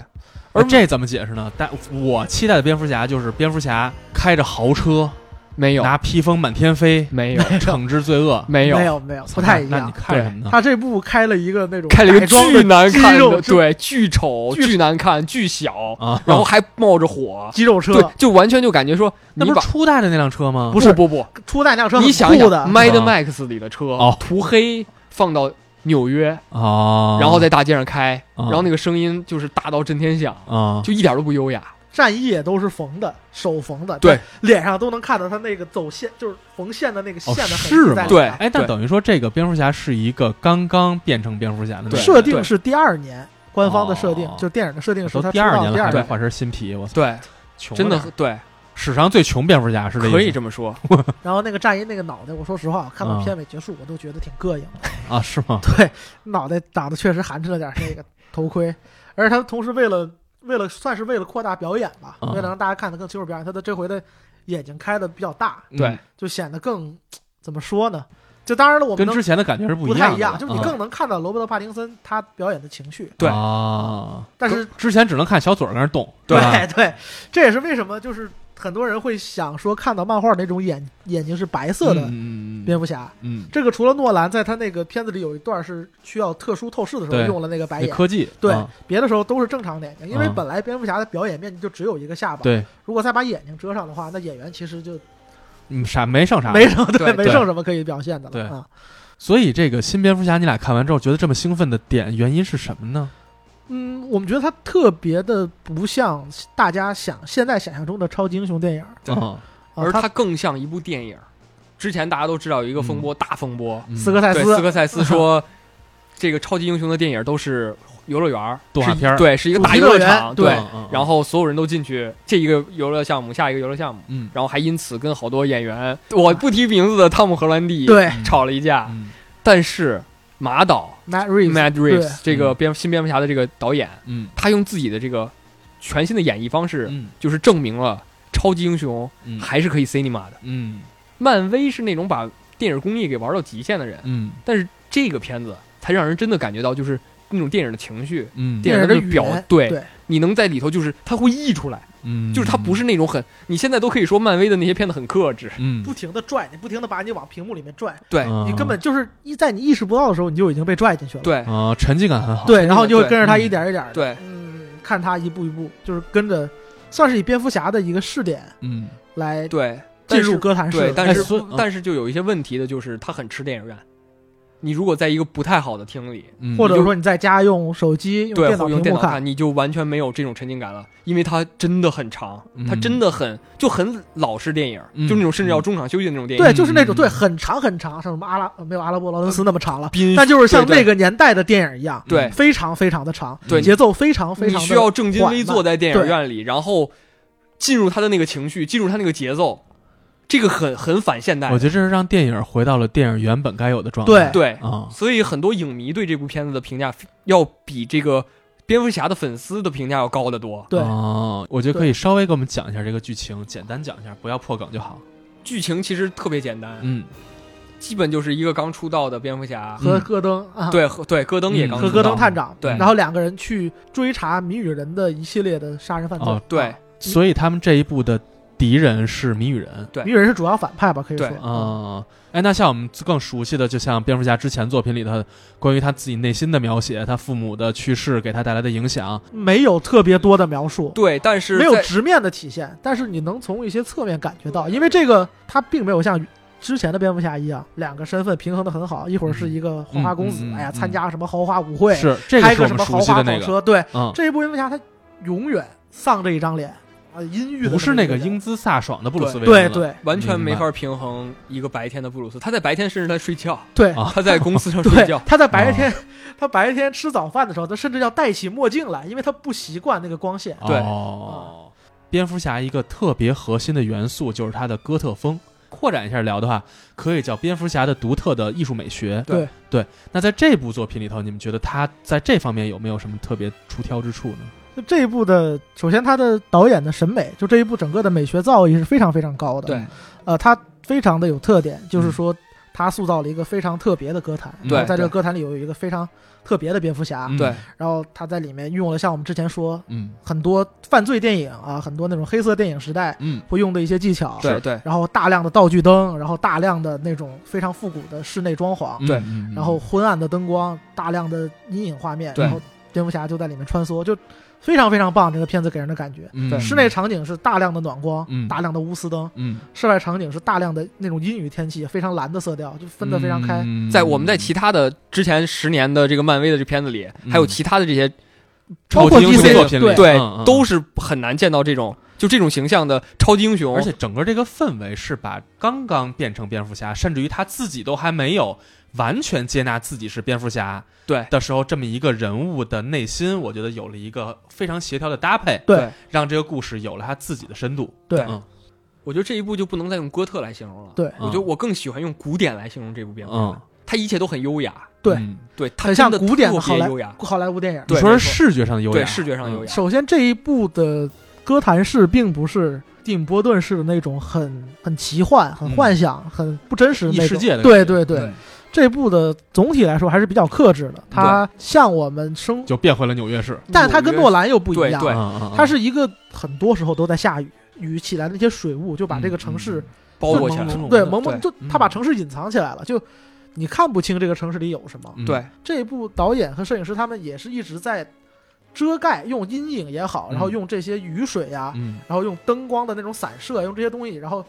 Speaker 1: 而这怎么解释呢？但我期待的蝙蝠侠就是蝙蝠侠开着豪车，
Speaker 2: 没有
Speaker 1: 拿披风满天飞，
Speaker 2: 没有
Speaker 1: 惩治罪恶。
Speaker 2: 没
Speaker 3: 没
Speaker 2: 有，
Speaker 3: 有没有，不太一
Speaker 1: 那那
Speaker 3: 样
Speaker 1: 你。看什么呢？
Speaker 3: 他这部开了一个那种
Speaker 2: 开了一
Speaker 3: 改
Speaker 2: 个
Speaker 3: 装
Speaker 2: 巨
Speaker 3: 的
Speaker 2: 难看
Speaker 3: 肌肉
Speaker 2: 的，对，巨丑、
Speaker 3: 巨
Speaker 2: 巨难看、巨小，
Speaker 1: 啊，
Speaker 2: 然后还冒着火，
Speaker 3: 肌肉车，
Speaker 2: 对，就完全就感觉说
Speaker 1: 那
Speaker 2: 你
Speaker 1: 不
Speaker 2: 把
Speaker 1: 是初代的那辆车吗？
Speaker 2: 不
Speaker 3: 是
Speaker 2: 不不，
Speaker 3: 初代那辆车
Speaker 2: 你
Speaker 3: 很
Speaker 2: 想
Speaker 3: 酷
Speaker 2: 想
Speaker 3: 的，
Speaker 2: ，Mad
Speaker 1: 啊
Speaker 2: Max 里的车
Speaker 1: 哦
Speaker 2: 涂黑放到纽约，
Speaker 1: 啊，
Speaker 2: 哦然后在大街上开，
Speaker 1: 啊
Speaker 2: 然后那个声音就是大到震天响，
Speaker 1: 啊，
Speaker 2: 就一点都不优雅。
Speaker 3: 战衣也都是缝的，手缝的，
Speaker 2: 对，
Speaker 3: 脸上都能看到他那个走线，就是缝线的那个线的痕迹
Speaker 1: 是吗
Speaker 3: 在里
Speaker 2: 对
Speaker 3: 面
Speaker 1: 哎，但
Speaker 2: 对
Speaker 1: 等于说这个蝙蝠侠是一个刚刚变成蝙蝠侠的那个
Speaker 2: 对
Speaker 3: 设定
Speaker 2: 对
Speaker 3: 是第二年官方的设定
Speaker 1: 哦，
Speaker 3: 就电影的设定是
Speaker 1: 都
Speaker 3: 他
Speaker 1: 第二
Speaker 3: 出道
Speaker 1: 年
Speaker 3: 第
Speaker 1: 了
Speaker 3: 二
Speaker 1: 还没
Speaker 3: 年，
Speaker 1: 换身新皮，我操，
Speaker 2: 对，
Speaker 1: 穷
Speaker 2: 真的
Speaker 1: 点儿
Speaker 2: 对，
Speaker 1: 史上最穷蝙蝠侠是这意思
Speaker 2: 可以这么说。
Speaker 3: 然后那个战衣那个脑袋，我说实话，我看到
Speaker 1: 嗯
Speaker 3: 片尾结束我都觉得挺膈应的，
Speaker 1: 啊？是吗？
Speaker 3: 对，脑袋长得确实寒碜了点儿那个头盔， [laughs] 而且他同时为了为了算是为了扩大表演吧，
Speaker 1: 嗯
Speaker 3: 为了让大家看得更清楚表演，他的这回的眼睛开的比较大，
Speaker 1: 哦
Speaker 2: 对，
Speaker 3: 就显得更怎么说呢？就当然了，我们
Speaker 1: 跟
Speaker 3: 能
Speaker 1: 之前的感觉是
Speaker 3: 不
Speaker 1: 一
Speaker 3: 太
Speaker 1: 样
Speaker 3: 一
Speaker 1: 的，
Speaker 3: 样，就是你
Speaker 1: 啊
Speaker 3: 更能看到罗伯特·帕丁森他表演的情绪。
Speaker 2: 对
Speaker 1: 啊，
Speaker 3: 但是
Speaker 1: 之前只能看小嘴儿跟那儿动，
Speaker 2: 对
Speaker 1: 吧
Speaker 3: [laughs] 对对，这也是为什么就是很多人会想说看到漫画那种眼眼睛是白色的
Speaker 1: 嗯嗯
Speaker 3: 蝙蝠侠。
Speaker 1: 嗯，
Speaker 3: 这个除了诺兰在他那个片子里有一段是需要特殊透视的时候
Speaker 1: 对
Speaker 3: 用了那个白
Speaker 1: 那
Speaker 3: 眼，
Speaker 1: 科技
Speaker 3: 对
Speaker 1: 啊
Speaker 3: 别的时候都是正常的眼睛，因为
Speaker 1: 嗯
Speaker 3: 本来蝙蝠侠的表演面积就只有一个下巴，
Speaker 1: 对，
Speaker 3: 如果再把眼睛遮上的话，那演员其实就
Speaker 1: 嗯，啥没剩啥，
Speaker 3: 没什么
Speaker 2: 对
Speaker 3: 没
Speaker 1: 对
Speaker 3: 剩什么可以表现的
Speaker 1: 对
Speaker 3: 了啊。
Speaker 1: 所以这个新蝙蝠侠，你俩看完之后觉得这么兴奋的点，原因是什么呢？
Speaker 3: 嗯，我们觉得他特别的不像大家想现在想象中的超级英雄电影，
Speaker 2: 对
Speaker 1: 啊
Speaker 3: 啊、
Speaker 2: 而
Speaker 3: 他
Speaker 2: 它更像一部电影。之前大家都知道有一个风波，大风波，
Speaker 1: 嗯
Speaker 3: 斯科塞
Speaker 2: 对，
Speaker 3: 斯
Speaker 2: 斯科塞斯说，这个超级英雄的电影都是游乐园儿
Speaker 1: 动画
Speaker 2: 是一
Speaker 1: 片儿
Speaker 2: 对，是一个
Speaker 3: 主
Speaker 2: 大
Speaker 3: 题
Speaker 2: 游乐
Speaker 3: 乐园
Speaker 2: 场，
Speaker 3: 对
Speaker 2: 对。
Speaker 1: 嗯
Speaker 2: 然后所有人都进去，这一个游乐项目，下一个游乐项目，
Speaker 1: 嗯
Speaker 2: 然后还因此跟好多演员，我不提名字的汤姆·荷兰弟
Speaker 3: 对
Speaker 1: 嗯
Speaker 2: 吵了一架。
Speaker 1: 嗯
Speaker 2: 但是马导
Speaker 3: Matt Reeves
Speaker 2: Matt
Speaker 3: 对嗯
Speaker 2: Reeves 这个蝙新蝙蝠侠的这个导演，
Speaker 1: 嗯
Speaker 2: 他用自己的这个全新的演绎方式，
Speaker 1: 嗯
Speaker 2: 就是证明了超级英雄
Speaker 1: 嗯
Speaker 2: 还是可以 cinema 的。
Speaker 1: 嗯
Speaker 2: 漫威是那种把电影工业给玩到极限的人，
Speaker 1: 嗯
Speaker 2: 但是这个片子才让人真的感觉到，就是那种电影的情绪，
Speaker 1: 嗯
Speaker 2: 电影
Speaker 3: 电
Speaker 2: 的
Speaker 3: 影的语
Speaker 2: 表
Speaker 3: 言，
Speaker 2: 对
Speaker 3: 对
Speaker 2: 你能在里头，就是它会溢出来，
Speaker 1: 嗯，
Speaker 2: 就是它不是那种很，你现在都可以说漫威的那些片子很克制，
Speaker 1: 嗯
Speaker 3: 不停的拽你，不停的把你往屏幕里面拽，
Speaker 2: 对
Speaker 1: 嗯
Speaker 3: 你根本就是一在你意识不到的时候，你就已经被拽进去了。
Speaker 2: 对
Speaker 1: 啊，沉浸感很好，
Speaker 3: 对，然后你就会
Speaker 2: 对
Speaker 3: 跟着他一点一点的，
Speaker 2: 对
Speaker 3: 嗯，看他一步一步，就是跟着，算是以蝙蝠侠的一个试点
Speaker 1: 嗯
Speaker 3: 来
Speaker 2: 对，
Speaker 3: 进
Speaker 2: 但是
Speaker 3: 入哥谭市
Speaker 2: 对，
Speaker 3: 的。
Speaker 2: 但是
Speaker 1: 哎所以嗯
Speaker 2: 但是就有一些问题的，就是它很吃电影院。你如果在一个不太好的厅里，
Speaker 1: 嗯，
Speaker 3: 或者说你在家用手机、用
Speaker 2: 对，
Speaker 3: 电脑
Speaker 2: 或用
Speaker 3: 屏
Speaker 2: 电
Speaker 3: 幕
Speaker 2: 脑
Speaker 3: 看，
Speaker 2: 看，你就完全没有这种沉浸感了，因为它真的很长，它
Speaker 1: 嗯
Speaker 2: 真的很就很老式电影，
Speaker 1: 嗯
Speaker 2: 就那种甚至要中场休息的那种电影。
Speaker 3: 对，就是那种
Speaker 1: 嗯
Speaker 3: 对很长很长，像什么阿拉没有阿拉伯劳伦斯那么长了，
Speaker 2: 宾
Speaker 3: 但就是像
Speaker 2: 嗯对对
Speaker 3: 那个年代的电影一样，
Speaker 2: 对
Speaker 3: 非常非常的长，
Speaker 2: 对
Speaker 3: 节奏非常非
Speaker 2: 你
Speaker 3: 常
Speaker 2: 需
Speaker 3: 的
Speaker 2: 要正襟
Speaker 3: 缓
Speaker 2: 危
Speaker 3: 慢
Speaker 2: 坐在电影
Speaker 3: 对
Speaker 2: 院里，然后进入他的那个情绪，进入他那个节奏，这个很很反现代
Speaker 1: 我。觉得这是让电影回到了电影原本该有的状态
Speaker 3: 对，
Speaker 2: 对，
Speaker 1: 啊，
Speaker 2: 所以很多影迷对这部片子的评价要比这个蝙蝠侠的粉丝的评价要高得多。
Speaker 3: 对
Speaker 1: 哦，我觉得可以稍微给我们讲一下这个剧情，简单讲一下，不要破梗就好。
Speaker 2: 剧情其实特别简单，
Speaker 1: 嗯
Speaker 2: 基本就是一个刚出道的蝙蝠侠，
Speaker 3: 和
Speaker 1: 嗯
Speaker 3: 戈登啊，
Speaker 2: 对和对，戈登也
Speaker 1: 嗯
Speaker 2: 刚
Speaker 3: 和
Speaker 2: 出
Speaker 3: 戈
Speaker 2: 道。
Speaker 3: 登探长，
Speaker 2: 对
Speaker 3: 然后两个人去追查谜语人的一系列的杀人犯罪
Speaker 1: 哦，
Speaker 3: 嗯
Speaker 2: 对，
Speaker 1: 所以他们这一部的敌人是谜语人
Speaker 2: 对
Speaker 3: 谜语人是主要反派吧，可以说
Speaker 2: 对嗯
Speaker 1: 啊、哎，那像我们更熟悉的，就像蝙蝠侠之前作品里头关于他自己内心的描写，他父母的去世给他带来的影响，
Speaker 3: 没有特别多的描述，
Speaker 2: 对，但是
Speaker 3: 没有
Speaker 2: 在
Speaker 3: 直面的体现，但是你能从一些侧面感觉到，因为这个他并没有像之前的蝙蝠侠一样，两个身份平衡的很好，一会儿是一个花花公子，
Speaker 1: 嗯嗯嗯
Speaker 3: 哎呀，
Speaker 1: 嗯
Speaker 3: 参加什么豪华舞会，
Speaker 1: 是这
Speaker 3: 开
Speaker 1: 是我
Speaker 3: 什
Speaker 1: 们
Speaker 3: 么豪
Speaker 1: 熟悉
Speaker 3: 华
Speaker 1: 的
Speaker 3: 跑
Speaker 1: 那个，
Speaker 3: 车，对，
Speaker 1: 嗯，
Speaker 3: 这一部蝙蝠侠他永远丧着一张脸啊，阴郁的，
Speaker 1: 不是那个，英姿飒爽的布鲁斯
Speaker 2: 对
Speaker 1: 韦
Speaker 3: 对
Speaker 1: 恩了，
Speaker 3: 对
Speaker 2: 完全没法平衡一个白天的布鲁斯。他在白天甚至在睡觉，
Speaker 3: 对
Speaker 1: 啊
Speaker 2: 他在公
Speaker 1: [laughs]
Speaker 2: 司上睡
Speaker 3: 对
Speaker 2: 觉，，
Speaker 3: 他在白天， [laughs] 他白天吃早饭的时候，他甚至要戴起墨镜来，因为他不习惯那个光
Speaker 1: 啊
Speaker 3: 线。
Speaker 2: 对
Speaker 1: 哦，蝙蝠侠一个特别核心的元素就是他的哥特风。扩展一下聊的话，可以叫蝙蝠侠的独特的艺术美学。
Speaker 2: 对
Speaker 1: 对，那在这部作品里头，你们觉得他在这方面有没有什么特别出挑之处呢？
Speaker 3: 就这一部的，首先他的导演的审美，就这一部整个的美学造诣是非常非常高的。
Speaker 1: 嗯
Speaker 2: 对，
Speaker 3: 呃，他非常的有特点，就是说他塑造了一个非常特别的歌坛，
Speaker 1: 对
Speaker 3: 然后在这个
Speaker 2: 对
Speaker 3: 歌坛里有一个非常特别的蝙蝠侠，
Speaker 1: 嗯
Speaker 2: 对，
Speaker 3: 然后他在里面运用了像我们之前说
Speaker 1: 嗯
Speaker 3: 很多犯罪电影啊，很多那种黑色电影时代
Speaker 1: 嗯，
Speaker 3: 会用的一些技巧，
Speaker 2: 对，对，
Speaker 3: 然后大量的道具灯，然后大量的那种非常复古的室内装潢，
Speaker 2: 对
Speaker 1: 嗯，嗯
Speaker 3: 然后昏暗的灯光，大量的阴影画面，
Speaker 2: 对
Speaker 3: 然后蝙蝠侠就在里面穿梭，就非常非常棒。这个片子给人的感觉，
Speaker 1: 嗯
Speaker 2: 对
Speaker 1: 嗯
Speaker 3: 室内场景是大量的暖光，
Speaker 1: 嗯
Speaker 3: 大量的钨丝灯；
Speaker 1: 嗯
Speaker 3: 室外场景是大量的那种阴雨天气，非常蓝的色调，就分得非常开。，
Speaker 1: 嗯
Speaker 2: 在我们在其他的之前十年的这个漫威的这片子里，
Speaker 1: 嗯
Speaker 2: 还有其他的这些，
Speaker 1: 超
Speaker 3: 包括
Speaker 1: 级英雄
Speaker 2: DC
Speaker 1: 作品里，
Speaker 3: 对
Speaker 2: 对
Speaker 1: 嗯，
Speaker 2: 都
Speaker 1: 嗯
Speaker 2: 是很难见到这种就这种形象的超级英雄，
Speaker 1: 而且整个这个氛围是把刚刚变成蝙蝠侠，甚至于他自己都还没有完全接纳自己是蝙蝠侠
Speaker 2: 对
Speaker 1: 的时候，这么一个人物的内心，我觉得有了一个非常协调的搭配，
Speaker 3: 对
Speaker 1: 让这个故事有了他自己的深度。
Speaker 3: 对
Speaker 1: 嗯
Speaker 2: 我觉得这一部就不能再用哥特来形容了。
Speaker 3: 对，
Speaker 2: 我觉得我更喜欢用古典来形容这部蝙蝠侠，
Speaker 1: 嗯，
Speaker 2: 它一切都很优雅，
Speaker 3: 对
Speaker 1: 嗯
Speaker 2: 对，它
Speaker 3: 很像
Speaker 2: 真的
Speaker 3: 古典的
Speaker 2: 特
Speaker 3: 好
Speaker 2: 别
Speaker 3: 莱
Speaker 2: 优雅，
Speaker 3: 好莱坞电影。
Speaker 1: 你
Speaker 2: 对
Speaker 1: 说
Speaker 2: 没
Speaker 1: 是
Speaker 2: 错
Speaker 1: 视觉上的优雅，啊嗯
Speaker 2: 对，视觉上优
Speaker 1: 雅，
Speaker 2: 雅，
Speaker 3: 首先，这一部的哥谭市并不是蒂姆·波顿式的那种很很奇幻、很
Speaker 1: 嗯
Speaker 3: 幻想、很不真实的
Speaker 1: 异
Speaker 3: 那
Speaker 1: 世
Speaker 3: 种。
Speaker 1: 界的
Speaker 3: 对
Speaker 1: 感觉
Speaker 3: 对对，这部的总体来说还是比较克制的，它像我们生，
Speaker 1: 嗯就变回了纽约市。
Speaker 3: 但它跟诺兰又不一样，
Speaker 2: 对
Speaker 1: 嗯嗯嗯
Speaker 3: 它是一个很多时候都在下雨，雨起来的那些水雾就把
Speaker 1: 嗯
Speaker 3: 这个城市、
Speaker 2: 包裹起来
Speaker 1: 朦胧
Speaker 2: 了，
Speaker 1: 嗯
Speaker 3: 对
Speaker 1: 嗯
Speaker 3: 蒙蒙就
Speaker 1: 嗯
Speaker 3: 它把城市隐藏起来了，就你看不清这个城市里有什么。
Speaker 1: 嗯
Speaker 2: 对，
Speaker 3: 这一部导演和摄影师他们也是一直在遮盖，用阴影也好，
Speaker 1: 嗯
Speaker 3: 然后用这些雨水呀、
Speaker 1: 嗯，
Speaker 3: 然后用灯光的那种散射，用这些东西，然后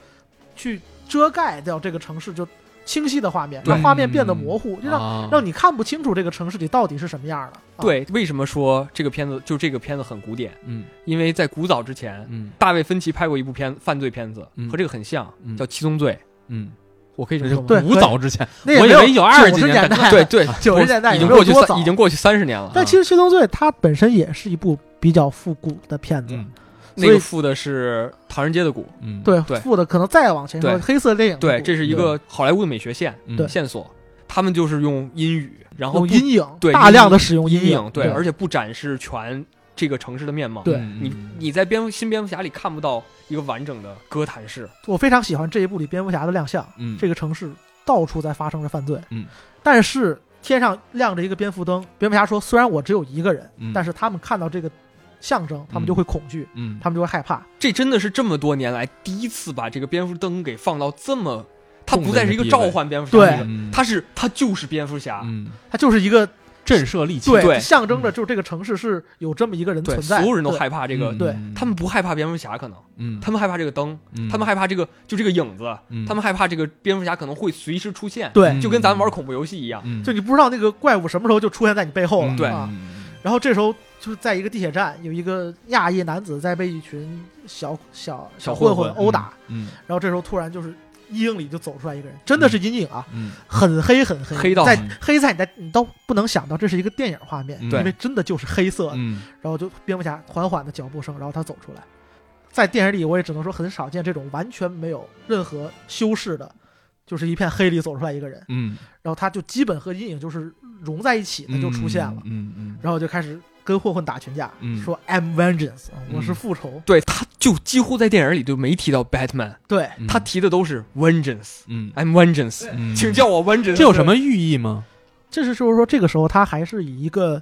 Speaker 3: 去遮盖掉这个城市就清晰的画面，
Speaker 2: 对
Speaker 3: 让画面变得模糊，就让
Speaker 1: 啊
Speaker 3: 让你看不清楚这个城市里到底是什么样的。啊，
Speaker 2: 对，为什么说这个片子就这个片子很古典？
Speaker 1: 嗯
Speaker 2: 因为在古早之前，
Speaker 1: 嗯
Speaker 2: 大卫芬奇拍过一部片犯罪片子
Speaker 1: 嗯，
Speaker 2: 和这个很像
Speaker 1: 嗯，
Speaker 2: 叫《七宗
Speaker 3: [laughs]
Speaker 2: 罪》。
Speaker 1: 嗯，
Speaker 2: 我可以这
Speaker 1: 这
Speaker 2: 么
Speaker 1: 是
Speaker 2: 说吗？
Speaker 3: 对
Speaker 1: 古早之前，
Speaker 3: 那也
Speaker 1: 我以
Speaker 3: 没有
Speaker 1: 为有二十几
Speaker 3: 90
Speaker 1: 年
Speaker 3: 年代，
Speaker 2: 对
Speaker 1: 啊
Speaker 2: 对，
Speaker 3: 九十年代
Speaker 2: 已
Speaker 3: 也
Speaker 2: 经
Speaker 3: 没有
Speaker 2: 过去
Speaker 3: 多早
Speaker 2: 三已经过去三十年了。
Speaker 3: 但其实《七宗罪》它本身也是一部比较复古的片子，
Speaker 1: 嗯
Speaker 2: 那个附的是《唐人街的鼓
Speaker 1: 嗯，
Speaker 3: 对
Speaker 2: 对
Speaker 3: 复的可能再往前说，
Speaker 2: 对
Speaker 3: 黑色电影》，的
Speaker 2: 对，
Speaker 3: 复
Speaker 2: 这是一个好莱坞的美学线
Speaker 1: 嗯
Speaker 3: 对
Speaker 2: 线索，他们就是用阴雨，然后
Speaker 3: 用
Speaker 2: 不
Speaker 3: 阴影，
Speaker 2: 对
Speaker 3: 大量的使用
Speaker 2: 阴
Speaker 3: 影，
Speaker 2: 对，而
Speaker 3: 且
Speaker 2: 且不展示全这个城市的面貌。
Speaker 3: 对
Speaker 1: 嗯
Speaker 2: 你你在蝙蝠新蝙蝠侠里看不到一个完整的哥谭市，
Speaker 3: 我非常喜欢这一部里蝙蝠侠的亮相，
Speaker 1: 嗯
Speaker 3: 这个城市到处在发生着犯罪，
Speaker 1: 嗯，
Speaker 3: 但是天上亮着一个蝙蝠灯，蝙蝠侠说，虽然我只有一个人，
Speaker 1: 嗯
Speaker 3: 但是他们看到这个象征，他们就会恐惧，
Speaker 1: 嗯
Speaker 3: 他们就会害怕，
Speaker 2: 这真的是这么多年来第一次把这个蝙蝠灯给放到这么，它
Speaker 1: 重的
Speaker 2: 不再是一个
Speaker 1: 一个地位
Speaker 2: 召唤蝙蝠侠的
Speaker 3: 对
Speaker 2: 一个，
Speaker 1: 嗯
Speaker 2: 它是它就是蝙蝠侠，
Speaker 1: 嗯
Speaker 3: 它就是一个
Speaker 1: 震慑力强，
Speaker 3: 对
Speaker 2: 对嗯
Speaker 3: 象征着就是这个城市是有这么一个人
Speaker 2: 对，
Speaker 3: 存在，
Speaker 2: 所有人都
Speaker 3: 对
Speaker 2: 害怕这个
Speaker 1: 嗯，
Speaker 3: 对
Speaker 2: 他们，不害怕蝙蝠侠，可能
Speaker 1: 嗯，
Speaker 2: 他们害怕这个灯，
Speaker 1: 嗯
Speaker 2: 他们，害怕这个就这个影子，
Speaker 1: 嗯
Speaker 2: 他们害怕这个蝙蝠侠可能会随时出现，
Speaker 3: 对
Speaker 1: 嗯
Speaker 2: 就跟咱们玩恐怖游戏一样，
Speaker 1: 嗯
Speaker 3: 就你不知道那个怪物什么时候就出现在你背后了，
Speaker 1: 嗯
Speaker 2: 对
Speaker 3: 啊。
Speaker 1: 嗯
Speaker 3: 然后这时候就是在一个地铁站，有一个亚裔男子在被一群小小
Speaker 2: 小
Speaker 3: 混
Speaker 2: 混混
Speaker 3: 殴打，，
Speaker 1: 嗯
Speaker 3: 然后这时候突然就是阴影里就走出来一个人，真的是阴影啊，
Speaker 1: 嗯
Speaker 3: 很黑很黑，
Speaker 2: 黑到
Speaker 3: 在
Speaker 1: 很
Speaker 3: 黑在你在你都不能想到这是一个电影画面，
Speaker 1: 嗯
Speaker 3: 因为真的就是黑色的。
Speaker 1: 嗯
Speaker 3: 然后就蝙蝠侠缓缓的脚步声，然后他走出来，在电影里我也只能说很少见这种完全没有任何修饰的，就是一片黑里走出来一个人，
Speaker 1: 嗯，
Speaker 3: 然后他就基本和阴影就是融在一起的就出现了。
Speaker 1: 嗯嗯
Speaker 3: 然后就开始跟混混打群架，
Speaker 1: 嗯
Speaker 3: 说 I'm vengeance，
Speaker 1: 嗯
Speaker 3: 我是复仇。
Speaker 2: 对，他就几乎在电影里就没提到 Batman，
Speaker 3: 对，
Speaker 1: 嗯，
Speaker 2: 他提的都是 Vengeance，I'm
Speaker 1: 嗯
Speaker 2: Vengeance，
Speaker 3: [laughs]
Speaker 1: 嗯，
Speaker 2: 请叫我 Vengeance，
Speaker 1: 这有什么寓意吗？
Speaker 3: 这是就是说这个时候他还是以一个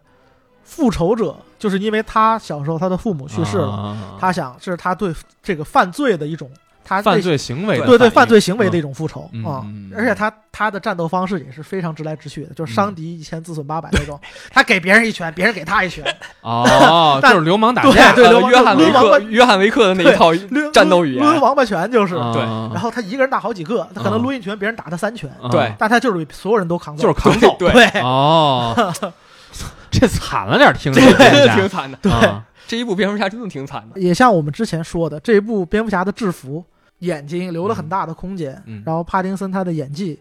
Speaker 3: 复仇者就是因为他小时候他的父母去世了，
Speaker 1: 了
Speaker 3: 他想这是他对这个犯罪的一种他
Speaker 1: 啊犯
Speaker 3: 对
Speaker 1: 罪行为的
Speaker 3: 对对
Speaker 1: 反
Speaker 3: 犯
Speaker 1: 应
Speaker 3: 罪行为的一种复仇
Speaker 1: 嗯
Speaker 3: 啊
Speaker 1: 嗯嗯。
Speaker 3: 而且他他的战斗方式也是非常直来直去的，就是伤敌一千自损八百那种，
Speaker 1: 嗯
Speaker 3: [laughs] 他给别人一拳，别人给他一
Speaker 1: [laughs]
Speaker 3: 拳，
Speaker 1: 哦，
Speaker 3: 但
Speaker 1: 就是流氓打 [laughs]
Speaker 3: 对
Speaker 1: 架，
Speaker 3: 对
Speaker 2: 呃
Speaker 3: 流氓
Speaker 2: 约翰维
Speaker 3: 流氓
Speaker 2: 克，约翰维克的那一套
Speaker 3: 抡
Speaker 2: 战斗语言
Speaker 3: 抡抡王八拳就是。
Speaker 2: 对
Speaker 1: 然
Speaker 3: 然后他一个人打好几个，他可能
Speaker 1: 啊
Speaker 3: 抡一拳，别人打他三拳，
Speaker 2: 对
Speaker 3: 但他就是比所有人都扛走，
Speaker 1: 就是
Speaker 3: [laughs]
Speaker 1: 扛揍，
Speaker 2: 对，
Speaker 3: 对啊
Speaker 1: 哦，
Speaker 3: [laughs]
Speaker 1: 这惨了点，听着
Speaker 3: 对
Speaker 2: 真
Speaker 1: 这
Speaker 2: 的挺
Speaker 1: 家
Speaker 2: 惨的。
Speaker 3: 对
Speaker 1: 啊
Speaker 2: 这一部蝙蝠侠真的挺惨的，
Speaker 3: 也像我们之前说的，这一部蝙蝠侠的制服、眼睛留了很大的空间，
Speaker 1: 嗯
Speaker 3: 然后帕丁森他的演技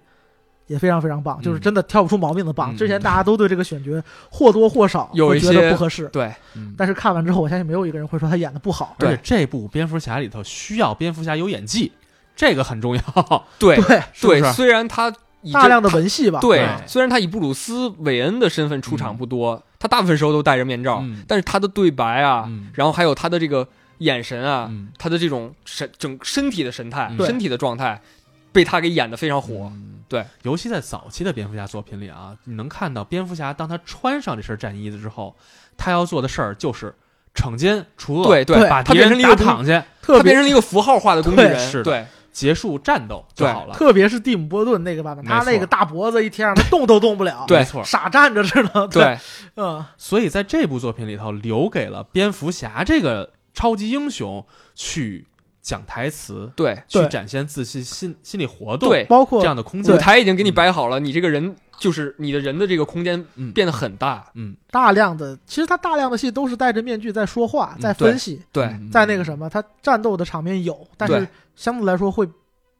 Speaker 3: 也非常非常棒，
Speaker 1: 嗯
Speaker 3: 就是真的挑不出毛病的棒。
Speaker 1: 嗯
Speaker 3: 之前大家都对这个选角或多或少
Speaker 2: 有
Speaker 3: 会
Speaker 2: 一
Speaker 3: 觉得
Speaker 2: 些
Speaker 3: 不合适，
Speaker 2: 对，
Speaker 1: 嗯
Speaker 3: 但是看完之后，我相信没有一个人会说他演的不好。
Speaker 1: 而
Speaker 2: 对
Speaker 1: 且这部蝙蝠侠里头需要蝙蝠侠有演技，这个很重要，
Speaker 2: 对，
Speaker 3: 对，
Speaker 1: 是不
Speaker 2: 对
Speaker 1: 是，
Speaker 2: 虽然他以
Speaker 3: 大
Speaker 2: 这
Speaker 3: 量的文戏吧，
Speaker 2: 对
Speaker 1: 对，
Speaker 2: 虽然他以布鲁斯·韦恩的身份出场
Speaker 1: 嗯
Speaker 2: 不多，他大部分时候都戴着面罩，
Speaker 1: 嗯
Speaker 2: 但是他的对白啊，
Speaker 1: 嗯
Speaker 2: 然后还有他的这个眼神啊，
Speaker 1: 嗯，
Speaker 2: 他的这种神整身体的神态、
Speaker 1: 对
Speaker 2: 身体的状态，被他给演得非常火。
Speaker 1: 嗯
Speaker 2: 对，
Speaker 1: 尤其在早期的蝙蝠侠作品里啊，你能看到蝙蝠侠当他穿上这身战衣子之后，他要做的事儿就是惩奸除恶，
Speaker 2: 对对，
Speaker 3: 对
Speaker 1: 把
Speaker 2: 他
Speaker 1: 敌
Speaker 2: 变成
Speaker 1: 人
Speaker 2: 了
Speaker 1: 打
Speaker 2: 一个工，
Speaker 1: 躺下，
Speaker 3: 特
Speaker 2: 他变
Speaker 3: 别
Speaker 2: 成了一个符号化的工具
Speaker 3: 对
Speaker 2: 人。
Speaker 1: 是的
Speaker 2: 对
Speaker 1: 结束战斗就
Speaker 2: 对
Speaker 1: 好了。
Speaker 3: 特别是蒂姆波顿那个版本，
Speaker 1: 没
Speaker 3: 他那
Speaker 1: 错
Speaker 3: 个大脖子一贴上，他动都动不了，
Speaker 2: 对
Speaker 1: 没错，
Speaker 3: 傻站着似的。对，
Speaker 2: 对
Speaker 3: 嗯，
Speaker 1: 所以在这部作品里头，留给了蝙蝠侠这个超级英雄去讲台词，
Speaker 2: 对
Speaker 1: 去
Speaker 3: 对
Speaker 1: 展现自己心心理活动
Speaker 2: 对，
Speaker 3: 包括
Speaker 1: 这样的空
Speaker 2: 舞
Speaker 1: 间。
Speaker 2: 台已经给你摆好了，你这个人就是你的人的这个空间
Speaker 1: 嗯
Speaker 2: 变得很大。
Speaker 1: 嗯，
Speaker 3: 大量的，其实他大量的戏都是戴着面具在说话，
Speaker 1: 嗯
Speaker 3: 在
Speaker 2: 对
Speaker 3: 分析，
Speaker 2: 对
Speaker 1: 嗯
Speaker 3: 在那个什么，他战斗的场面有，但是
Speaker 2: 对
Speaker 3: 相对来说会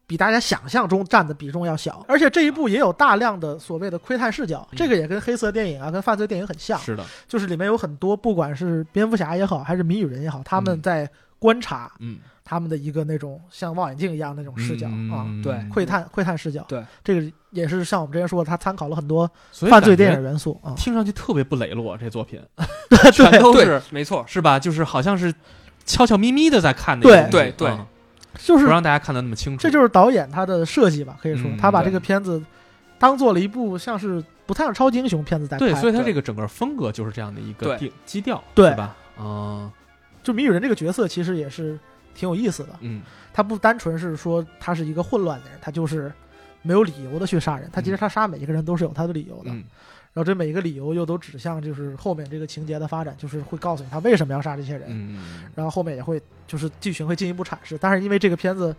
Speaker 3: 比大家想象中占的比重要小。而且这一部也有大量的所谓的窥探视角，
Speaker 1: 嗯
Speaker 3: 这个也跟黑色电影啊、跟犯罪电影很像，
Speaker 1: 是的，
Speaker 3: 就是里面有很多不管是蝙蝠侠也好，还是谜语人也好，他们
Speaker 1: 嗯
Speaker 3: 在观察
Speaker 1: 嗯，
Speaker 3: 他们的一个那种像望远镜一样那种视角
Speaker 1: 嗯
Speaker 3: 啊。
Speaker 2: 对
Speaker 3: 窥探窥探视角，
Speaker 2: 对
Speaker 3: 这个也是像我们之前说的，他参考了很多
Speaker 1: 所以
Speaker 3: 犯罪电
Speaker 1: 感
Speaker 3: 影
Speaker 1: 觉
Speaker 3: 元素啊，
Speaker 1: 听上去特别不磊落，这作品全
Speaker 3: [laughs] 对，
Speaker 1: 都
Speaker 2: 对
Speaker 1: 是
Speaker 2: 没错，
Speaker 1: 是吧？就是好像是悄悄咪咪的在看那个东西，
Speaker 2: 对对
Speaker 1: 嗯
Speaker 3: 就
Speaker 1: 不
Speaker 3: 是
Speaker 1: 让大家看得那么清楚，
Speaker 3: 这就是导演他的设计吧，可以说、
Speaker 1: 嗯
Speaker 3: 他把
Speaker 2: 对
Speaker 3: 这个片子当做了一部像是不太像超级英雄片子在拍。
Speaker 1: 对，所以他
Speaker 2: 对
Speaker 1: 这个整个风格就是这样的一个
Speaker 2: 对
Speaker 1: 定基调，
Speaker 3: 对
Speaker 1: 是吧？嗯
Speaker 3: 就谜语人这个角色其实也是挺有意思的，
Speaker 1: 嗯，
Speaker 3: 他不单纯是说他是一个混乱的人，他就是没有理由的去杀人，他其实他杀每一个人都是有他的理由的，
Speaker 1: 嗯
Speaker 3: 然后这每一个理由又都指向就是后面这个情节的发展，就是会告诉你他为什么要杀这些人，
Speaker 1: 嗯，
Speaker 3: 然后后面也会就是剧情会进一步阐释。但是因为这个片子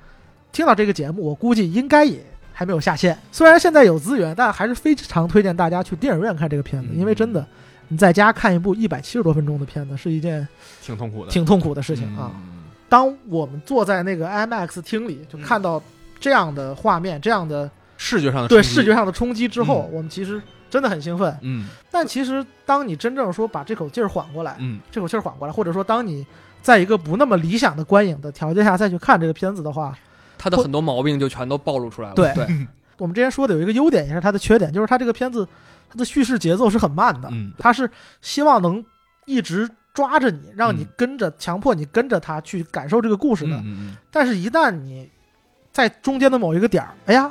Speaker 3: 听到这个节目，我估计应该也还没有下线。虽然现在有资源，但还是非常推荐大家去电影院看这个片子，
Speaker 1: 嗯
Speaker 3: 因为真的你在家看一部一百七十多分钟的片子是一件
Speaker 1: 挺痛苦的，
Speaker 3: 挺痛苦的事情啊。
Speaker 1: 嗯
Speaker 3: 当我们坐在那个 IMAX 厅里，就看到这样的画面、这样的
Speaker 1: 视觉上的
Speaker 3: 对
Speaker 1: 冲击
Speaker 3: 视觉，上的冲击之后，
Speaker 1: 嗯
Speaker 3: 我们其实真的很兴奋。
Speaker 1: 嗯
Speaker 3: 但其实当你真正说把这口气儿缓过来，
Speaker 1: 嗯，
Speaker 3: 这口气儿缓过来，或者说当你在一个不那么理想的观影的条件下再去看这个片子的话，
Speaker 2: 他的很多毛病就全都暴露出来了。
Speaker 3: 对
Speaker 2: 对
Speaker 1: 嗯
Speaker 3: 我们之前说的有一个优点，也是它的缺点，就是它这个片子它的叙事节奏是很慢的，
Speaker 1: 嗯
Speaker 3: 它是希望能一直抓着你，让你
Speaker 1: 嗯
Speaker 3: 跟着，强迫你跟着它去感受这个故事的。
Speaker 1: 嗯嗯
Speaker 3: 但是，一旦你在中间的某一个点儿，哎呀，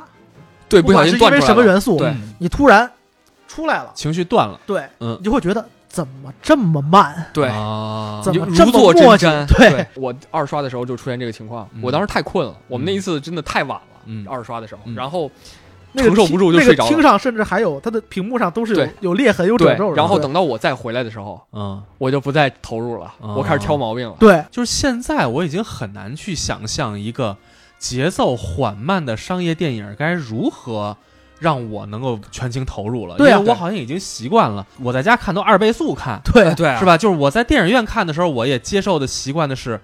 Speaker 2: 对，
Speaker 3: 不
Speaker 2: 不小
Speaker 3: 管是
Speaker 2: 心
Speaker 3: 因
Speaker 2: 断
Speaker 3: 为
Speaker 2: 出来
Speaker 3: 什么
Speaker 2: 了
Speaker 3: 元素，
Speaker 2: 对
Speaker 1: 嗯
Speaker 3: 你突然出来了，
Speaker 1: 情绪断了，
Speaker 3: 对，
Speaker 1: 嗯
Speaker 3: 你就会觉得怎么这么慢？
Speaker 2: 对，
Speaker 1: 啊
Speaker 3: 怎
Speaker 2: 你就
Speaker 3: 么
Speaker 2: 如
Speaker 3: 这么
Speaker 2: 坐针
Speaker 3: 磨叽
Speaker 2: 毡。
Speaker 3: 对
Speaker 2: 我二刷的时候就出现这个情况，
Speaker 1: 嗯
Speaker 2: 我当时太困了，我们那一次真的太晚了，
Speaker 1: 嗯
Speaker 2: 二刷的时候，
Speaker 1: 嗯
Speaker 2: 然后
Speaker 3: 那个
Speaker 2: 承受不
Speaker 3: 厅
Speaker 2: 住就
Speaker 3: 那
Speaker 2: 睡
Speaker 3: 个
Speaker 2: 着了
Speaker 3: 厅上甚至还有它的屏幕上都是有
Speaker 2: 对
Speaker 3: 有裂痕、有褶
Speaker 2: 对
Speaker 3: 皱的。，
Speaker 2: 然后
Speaker 3: 对
Speaker 2: 等到我再回来的时候，
Speaker 1: 嗯，
Speaker 2: 我就不再投入了，
Speaker 1: 哦
Speaker 2: 我开始挑毛病了。
Speaker 3: 对
Speaker 1: 就是现在我已经很难去想象一个节奏缓慢的商业电影该如何让我能够全情投入了，
Speaker 3: 对啊
Speaker 1: 因为我好像已经习惯了，我在家看都二倍速看。
Speaker 3: 对，
Speaker 2: 对啊
Speaker 1: 是吧？就是我在电影院看的时候，我也接受的习惯的是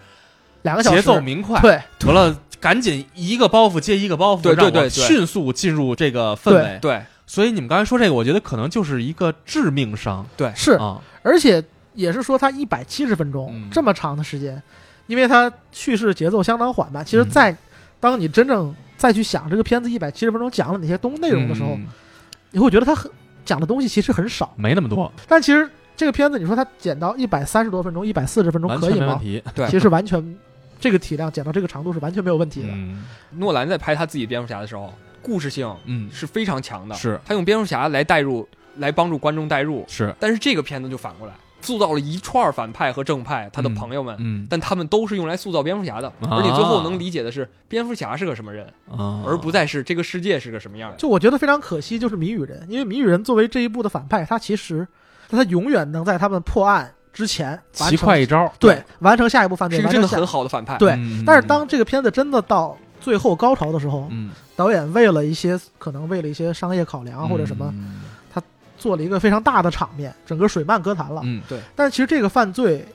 Speaker 3: 两个小时
Speaker 1: 节奏明快，
Speaker 3: 对
Speaker 1: 得了，赶紧一个包袱接一个包袱，
Speaker 2: 对对
Speaker 1: 让我
Speaker 2: 对对
Speaker 1: 迅速进入这个氛围。
Speaker 2: 对
Speaker 1: 所以你们刚才说这个，我觉得可能就是一个致命伤
Speaker 3: 是，
Speaker 1: 啊。
Speaker 3: 而且也是说它一百七十分钟、
Speaker 1: 嗯
Speaker 3: 这么长的时间，因为它叙事节奏相当缓慢。其实
Speaker 1: 嗯
Speaker 3: 在，当你真正再去想这个片子一百七十分钟讲了哪些东内容的时候，
Speaker 1: 嗯
Speaker 3: 你会觉得它很讲的东西其实很少。
Speaker 1: 没那么多，
Speaker 3: 但其实这个片子，你说它剪到一百三十多分钟、一百四十分钟
Speaker 1: 完
Speaker 3: 可
Speaker 1: 全
Speaker 3: 以
Speaker 1: 没问
Speaker 3: 吗？
Speaker 1: 题。
Speaker 2: 对
Speaker 3: 其实完全这个体量剪到这个长度是完全没有问题的。
Speaker 1: 嗯
Speaker 2: 诺兰在拍他自己蝙蝠侠的时候，故事性
Speaker 1: 嗯，
Speaker 2: 是非常强的，
Speaker 1: 是
Speaker 2: 他用蝙蝠侠来代入，来帮助观众代入。
Speaker 1: 是，
Speaker 2: 但是这个片子就反过来，塑造了一串反派和正派，他的
Speaker 1: 嗯
Speaker 2: 朋友们，
Speaker 1: 嗯
Speaker 2: 但他们都是用来塑造蝙蝠侠的，
Speaker 3: 啊
Speaker 2: 而且最后能理解的是蝙蝠侠是个什么人，
Speaker 3: 嗯
Speaker 1: 啊，
Speaker 2: 而
Speaker 3: 哦
Speaker 2: 不再是这个世界是个什么样的。
Speaker 3: 就我觉得非常可惜，就是谜语人，因为谜语人作为这一部的反派，他其实他永远能在他们破案之前完
Speaker 1: 奇
Speaker 3: 成
Speaker 1: 快一招，
Speaker 3: 对完成下一步犯
Speaker 2: 是一
Speaker 3: 罪，
Speaker 2: 个
Speaker 3: 完
Speaker 2: 真
Speaker 3: 成
Speaker 2: 的
Speaker 3: 下
Speaker 2: 很好的反派，
Speaker 3: 对
Speaker 1: 嗯
Speaker 3: 但是当这个片子真的到最后高潮的时候，
Speaker 1: 嗯
Speaker 3: 导演为了一些可能为了一些商业考量或者什么，，
Speaker 1: 嗯
Speaker 3: 做了一个非常大的场面，整个水漫歌坛了。
Speaker 1: 嗯
Speaker 3: 但其实这个犯罪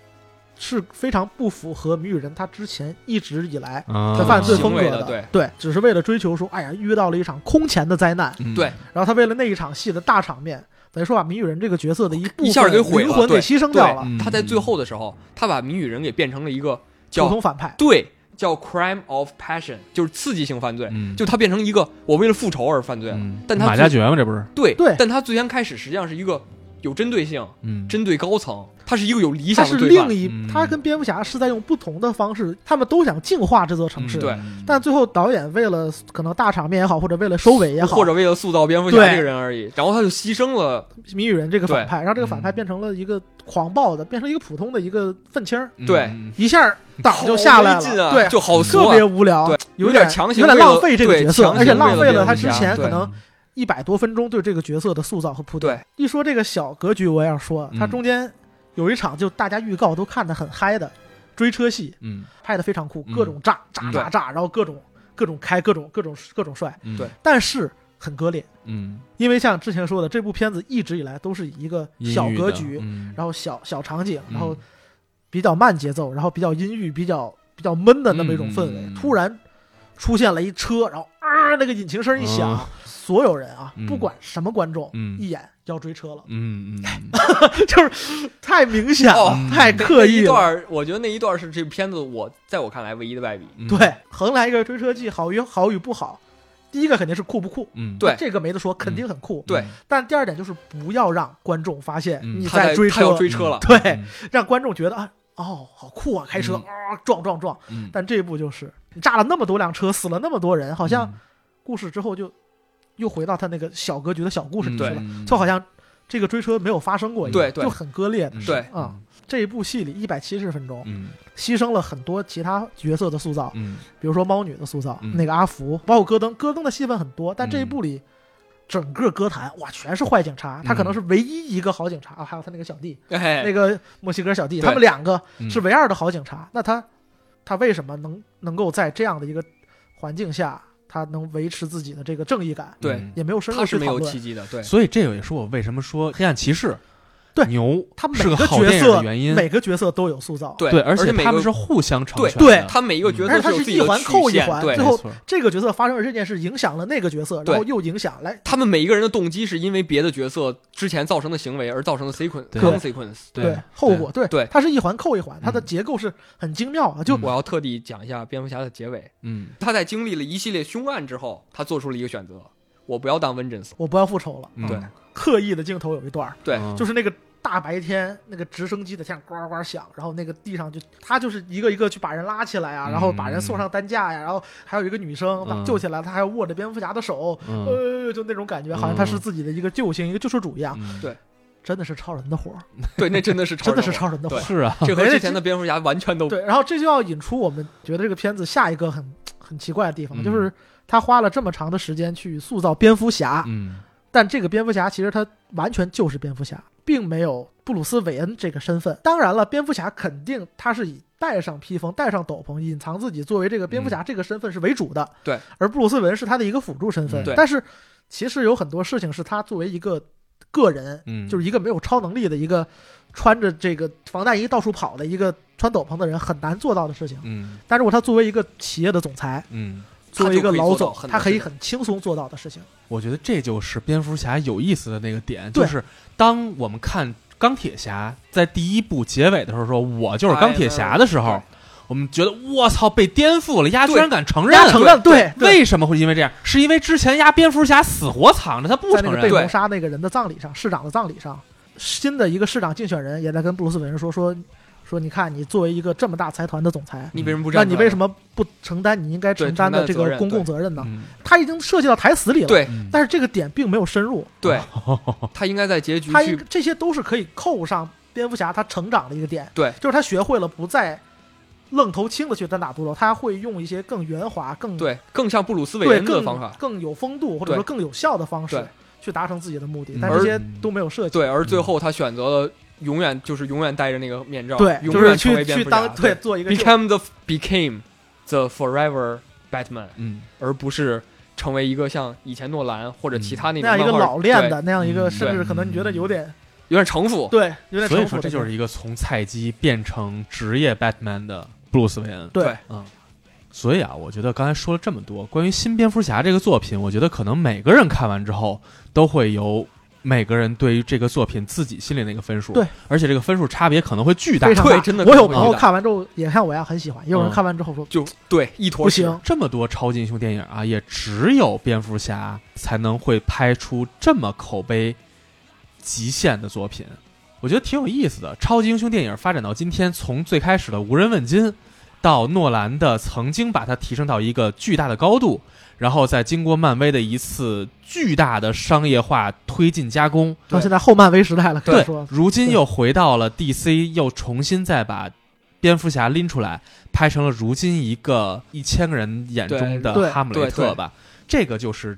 Speaker 3: 是非常不符合谜语人他之前一直以来
Speaker 1: 啊
Speaker 3: 的犯罪
Speaker 2: 行
Speaker 3: 风格
Speaker 2: 为
Speaker 3: 的，
Speaker 2: 的对
Speaker 3: 只是为了追求说，哎呀，遇到了一场空前的灾难，
Speaker 1: 嗯
Speaker 2: 对
Speaker 3: 然后他为了那一场戏的大场面，等于说把谜语人这个角色的一部
Speaker 2: 哦一下
Speaker 3: 分
Speaker 2: 给毁了
Speaker 3: 灵魂给
Speaker 2: 对
Speaker 3: 牺牲
Speaker 2: 对
Speaker 3: 掉了，
Speaker 1: 嗯
Speaker 2: 他在最后的时候，他把谜语人给变成了一个
Speaker 3: 普
Speaker 2: 叫
Speaker 3: 通反派。
Speaker 2: 对叫 crime of passion，就是刺激性犯罪，
Speaker 1: 嗯
Speaker 2: 就他变成一个我为了复仇而犯罪了。
Speaker 1: 嗯
Speaker 2: 但他
Speaker 1: 马加爵嘛，这不是
Speaker 2: 对
Speaker 3: 对
Speaker 2: 但他最先开始实际上是一个有针对性、
Speaker 1: 嗯
Speaker 2: 针对高层，他是一个有理
Speaker 3: 他
Speaker 2: 想
Speaker 3: 是
Speaker 2: 的对
Speaker 3: 另
Speaker 2: 犯。
Speaker 3: 一，
Speaker 1: 嗯
Speaker 3: 他跟蝙蝠侠是在用不同的方式，他们都想净化这座城
Speaker 1: 嗯
Speaker 3: 市，
Speaker 2: 对
Speaker 3: 但最后导演为了可能大场面也好，或者为了收尾也
Speaker 2: [laughs]
Speaker 3: 好，
Speaker 2: 或者为了塑造蝙蝠
Speaker 3: 对
Speaker 2: 侠这个人而已，然后他就牺牲了，
Speaker 3: 谜语人这个
Speaker 2: 对
Speaker 3: 反派，让这个反派
Speaker 1: 嗯
Speaker 3: 变成了一个狂暴的，变成一个普通的一个愤青儿，
Speaker 2: 对
Speaker 1: 嗯
Speaker 3: 一下档就下来
Speaker 2: 好没劲
Speaker 3: 了，
Speaker 2: 啊
Speaker 3: 对，
Speaker 2: 就好俗
Speaker 3: 特
Speaker 2: 啊
Speaker 3: 别，无聊，
Speaker 2: 对
Speaker 3: 有
Speaker 2: 有点
Speaker 3: 点
Speaker 2: 强行
Speaker 3: 有点
Speaker 2: 为了
Speaker 3: 浪费这个
Speaker 2: 对
Speaker 3: 角色，
Speaker 2: 强行
Speaker 3: 而且浪费了他
Speaker 2: 为了
Speaker 3: 之
Speaker 2: 蝙蝠侠
Speaker 3: 前
Speaker 2: 对
Speaker 3: 可能一百多分钟对这个角色的塑造和铺垫。一说这个小格局，我也要说，
Speaker 1: 嗯
Speaker 3: 它中间有一场就大家预告都看得很嗨的追车戏，
Speaker 1: 嗯
Speaker 3: 拍得非常酷，
Speaker 1: 嗯
Speaker 3: 各种炸炸
Speaker 1: 嗯
Speaker 3: 炸炸，然后各种各种开，各种各种各种帅，
Speaker 1: 嗯
Speaker 2: 对
Speaker 3: 但是很割裂。
Speaker 1: 嗯
Speaker 3: 因为像之前说的，这部片子一直以来都是以一个
Speaker 1: 阴
Speaker 3: 小
Speaker 1: 郁
Speaker 3: 格
Speaker 1: 的
Speaker 3: 局，
Speaker 1: 嗯
Speaker 3: 然后小小场景，
Speaker 1: 嗯
Speaker 3: 然后比较慢节奏，然后比较阴郁、比较比较闷的那么一种氛围，
Speaker 1: 嗯
Speaker 3: 突然出现了一车，然后啊，那个引擎声一响，
Speaker 1: 啊
Speaker 3: 所有人啊
Speaker 1: 嗯，
Speaker 3: 不管什么观众，
Speaker 1: 嗯，
Speaker 3: 一眼要追车了 [laughs]
Speaker 1: 嗯嗯嗯
Speaker 3: 就是太明显了，
Speaker 2: 哦
Speaker 3: 太 [laughs] 刻
Speaker 2: 那
Speaker 3: 意
Speaker 2: 一
Speaker 3: 了。
Speaker 2: 段，我觉得那一段是这片子我在我看来唯一的
Speaker 1: [laughs]
Speaker 2: 败笔。
Speaker 1: 嗯
Speaker 3: 对，衡量一个追车技好与好与不好，第一个肯定是酷不酷，
Speaker 1: 嗯
Speaker 2: 对
Speaker 3: 这个没得说，肯定很酷。
Speaker 2: 对
Speaker 3: 但第二点就是不要让观众发现
Speaker 1: 嗯
Speaker 3: 你
Speaker 2: 他在
Speaker 3: 追
Speaker 2: 他要
Speaker 3: 车，嗯
Speaker 2: 追车了，
Speaker 3: 对，让观众觉得啊，哦，好酷啊，开车
Speaker 1: 嗯
Speaker 3: 啊，撞撞撞。
Speaker 1: 嗯
Speaker 3: 但这一部就是你炸了那么多辆车，死了那么多人，好
Speaker 1: 嗯
Speaker 3: 像故事之后就又回到他那个小格局的小故事里去了，
Speaker 1: 嗯
Speaker 3: 就好像这个追车没有发生过一样，
Speaker 2: 对对
Speaker 3: 就很割裂的。
Speaker 1: 嗯
Speaker 2: 对
Speaker 3: 啊这一部戏里一百七十分钟，
Speaker 1: 嗯
Speaker 3: 牺牲了很多其他角色的塑造，
Speaker 1: 嗯
Speaker 3: 比如说猫女的塑造，
Speaker 1: 嗯
Speaker 3: 那个阿福，包括戈登，戈登的戏份很多，但这一部里。整个歌坛哇，全是坏警察，他可
Speaker 1: 嗯
Speaker 3: 能是唯一一个好警察啊，还有他那个小弟，
Speaker 2: 哎，
Speaker 3: 那个墨西哥小弟，
Speaker 2: 对
Speaker 3: 他们两个
Speaker 1: 嗯
Speaker 3: 是唯二的好警察。那他他为什么能能够在这样的一个环境下，他能维持自己的这个正义感，
Speaker 2: 对
Speaker 1: 嗯
Speaker 3: 也没有深入
Speaker 2: 他是
Speaker 3: 去
Speaker 2: 没
Speaker 3: 讨
Speaker 2: 有
Speaker 3: 论
Speaker 2: 契。机的，对，
Speaker 1: 所以这也是我为什么说黑暗骑士
Speaker 3: 对
Speaker 1: 牛，
Speaker 3: 他每
Speaker 1: 是个好
Speaker 3: 角
Speaker 1: 电影
Speaker 3: 色
Speaker 1: 的原因，
Speaker 3: 每个角色都有塑造，
Speaker 1: [laughs]
Speaker 2: 对
Speaker 1: 对，
Speaker 2: 而
Speaker 1: 而
Speaker 2: 每
Speaker 1: 他们
Speaker 2: 个
Speaker 1: 是互相成
Speaker 2: 对
Speaker 1: 全的，
Speaker 3: 对
Speaker 2: 他每一个角
Speaker 3: 而且
Speaker 2: 色
Speaker 3: 他
Speaker 2: 有
Speaker 3: 是
Speaker 2: 自己
Speaker 3: 一
Speaker 2: 的
Speaker 3: 环
Speaker 2: 曲
Speaker 3: 扣一
Speaker 2: 线
Speaker 3: 环，
Speaker 2: 对
Speaker 3: 最
Speaker 1: 没
Speaker 3: 后
Speaker 1: 错
Speaker 3: 这个角色发生了这件事，影响了那个角色，
Speaker 2: 对
Speaker 3: 然后又影响来。
Speaker 2: 他们每一个人的动机是因为别的角色之前造成的行为而造成的 sequence
Speaker 1: 对
Speaker 2: long sequence。
Speaker 3: 对后果，对
Speaker 2: 对
Speaker 3: 它是一环扣一环，它的
Speaker 1: 嗯
Speaker 3: 结构是很精妙的。就
Speaker 1: 嗯
Speaker 2: 我要特地讲一下蝙蝠侠的结尾，
Speaker 1: 嗯
Speaker 2: 他在经历了一系列凶案之后，他做出了一个选择：我不要当 vengeance。
Speaker 3: 我不要复仇了，
Speaker 1: 嗯
Speaker 2: 对
Speaker 3: 刻意的镜头有一段儿，
Speaker 2: 对
Speaker 1: 嗯
Speaker 3: 就是那个大白天，那个直升机的天呱呱响，然后那个地上就他就是一个一个去把人拉起来啊，
Speaker 1: 嗯
Speaker 3: 然后把人送上担架呀、然后还有一个女生把
Speaker 1: 嗯
Speaker 3: 救起来，她还握着蝙蝠侠的手，
Speaker 1: 嗯
Speaker 3: 呃，就那种感觉，
Speaker 1: 嗯
Speaker 3: 好像他是自己的一个救星，一个救世主一样，
Speaker 1: 嗯
Speaker 2: 对
Speaker 3: 真的是超人的活儿，
Speaker 2: 对，那真的是 [laughs]
Speaker 3: 真
Speaker 2: 超
Speaker 3: 的是
Speaker 2: 人
Speaker 3: 超人的活儿。
Speaker 1: 是啊，
Speaker 2: 物，这和之前的蝙蝠侠完全都
Speaker 3: 哎对，然后这就要引出我们觉得这个片子下一个很很奇怪的地方，
Speaker 1: 嗯
Speaker 3: 就是他花了这么长的时间去塑造蝙蝠侠，
Speaker 1: 嗯
Speaker 3: 但这个蝙蝠侠其实他完全就是蝙蝠侠，并没有布鲁斯·韦恩这个身份。当然了，蝙蝠侠肯定他是以戴上披风、戴上斗篷、隐藏自己作为这个蝙蝠侠这个身份是为主的。
Speaker 2: 嗯对，
Speaker 3: 而布鲁斯·韦恩是他的一个辅助身份。
Speaker 1: 嗯
Speaker 2: 对
Speaker 3: 但是其实有很多事情是他作为一个个人，
Speaker 1: 嗯，
Speaker 3: 就是一个没有超能力的一个穿着这个防弹衣到处跑的一个穿斗篷的人很难做到的事情。
Speaker 1: 嗯
Speaker 3: 但如果他作为一个企业的总裁，
Speaker 1: 嗯，
Speaker 3: 作为一个老
Speaker 2: 他就可以做到
Speaker 3: 总，
Speaker 2: 很多
Speaker 3: 他可以
Speaker 2: 事情
Speaker 3: 很轻松做到的事情。
Speaker 1: 我觉得这就是蝙蝠侠有意思的那个点，
Speaker 3: 对
Speaker 1: 就是当我们看钢铁侠在第一部结尾的时候说“我就是钢铁侠”的时
Speaker 2: 哎
Speaker 1: 候
Speaker 2: 对，
Speaker 1: 我们觉得我操被颠覆了，丫居然敢承认
Speaker 3: 他。承认对，对
Speaker 1: 为什么会因为这样？是因为之前丫蝙蝠侠死活藏着，他不
Speaker 3: 在那
Speaker 1: 承
Speaker 3: 个被
Speaker 1: 认。
Speaker 3: 谋杀那个人的葬礼上，市长的葬礼上，新的一个市长竞选人也在跟布鲁斯韦恩说说说，你看你作为一个这么大财团的总裁，
Speaker 2: 你为什么不
Speaker 3: 那
Speaker 2: 站出
Speaker 3: 你
Speaker 2: 来？
Speaker 3: 为什么不承担你应该承担的这
Speaker 2: 对承担的责
Speaker 3: 个
Speaker 2: 任
Speaker 3: 公共责任呢？哎
Speaker 1: 嗯，
Speaker 3: 他已经涉及到台词里了，
Speaker 2: 对
Speaker 1: 嗯
Speaker 3: 但是这个点并没有深入，
Speaker 2: 对，他应该在结局
Speaker 3: 他应
Speaker 2: 去
Speaker 3: 这些都是可以扣上蝙蝠侠他成长的一个点。
Speaker 2: 对，
Speaker 3: 就是他学会了不再愣头青的去单打独斗，他会用一些更圆滑、更
Speaker 2: 对，更像布鲁斯韦
Speaker 3: 对
Speaker 2: 恩的
Speaker 3: 更
Speaker 2: 方法。
Speaker 3: 更有风度或者说
Speaker 2: 对
Speaker 3: 更有效的方式
Speaker 2: 对
Speaker 3: 去达成自己的目的
Speaker 1: 嗯，
Speaker 3: 但这些
Speaker 1: 而
Speaker 3: 都没有设计。
Speaker 2: 对，而最后他选择了永远就是永远戴着那个面罩，
Speaker 3: 对，就
Speaker 2: 永
Speaker 3: 是
Speaker 2: 远成为
Speaker 3: 去
Speaker 2: 蝙
Speaker 3: 去
Speaker 2: 蝠侠
Speaker 3: 当对做一个救
Speaker 2: ，become the became the forever Batman，
Speaker 1: 嗯，
Speaker 2: 而不是成为一个像以前诺兰或者其他那种
Speaker 3: 那样一个
Speaker 2: 漫画
Speaker 3: 老练的
Speaker 2: 对嗯
Speaker 3: 那样一个，
Speaker 1: 嗯
Speaker 3: 甚至可能你觉得有点
Speaker 2: 有点城府。
Speaker 3: 对，有点
Speaker 1: 所以
Speaker 3: 城
Speaker 1: 说
Speaker 3: 府的
Speaker 1: 这
Speaker 3: 地
Speaker 1: 就
Speaker 3: 方。
Speaker 1: 是一个从菜鸡变成职业 Batman 的布鲁斯韦恩。
Speaker 3: 对
Speaker 2: 对
Speaker 1: 嗯，所以啊，我觉得刚才说了这么多关于新蝙蝠侠这个作品，我觉得可能每个人看完之后都会有每个人对于这个作品自己心里那个分数，
Speaker 3: 对，
Speaker 1: 而且这个分数差别可能会巨大
Speaker 3: 非。常
Speaker 2: 对
Speaker 3: 大
Speaker 2: 真的
Speaker 3: 我有
Speaker 2: 可能会
Speaker 3: 朋友
Speaker 2: 的
Speaker 3: 看完之后也像我一样很喜欢，也有
Speaker 1: 嗯
Speaker 3: 人看完之后说
Speaker 2: 就对一坨
Speaker 3: 不
Speaker 2: 屎
Speaker 3: 行，
Speaker 1: 这么多超级英雄电影啊，也只有蝙蝠侠才能会拍出这么口碑极限的作品，我觉得挺有意思的。超级英雄电影发展到今天，从最开始的无人问津，到诺兰的曾经把它提升到一个巨大的高度，然后再经过漫威的一次巨大的商业化推进加工，
Speaker 3: 到现在后漫威时代了，可以
Speaker 1: 对
Speaker 3: 说，
Speaker 1: 如今又回到了 DC，又重新再把蝙蝠侠拎出来，拍成了如今一个一千个人眼中
Speaker 3: 对对
Speaker 1: 的哈姆雷特吧。这个就是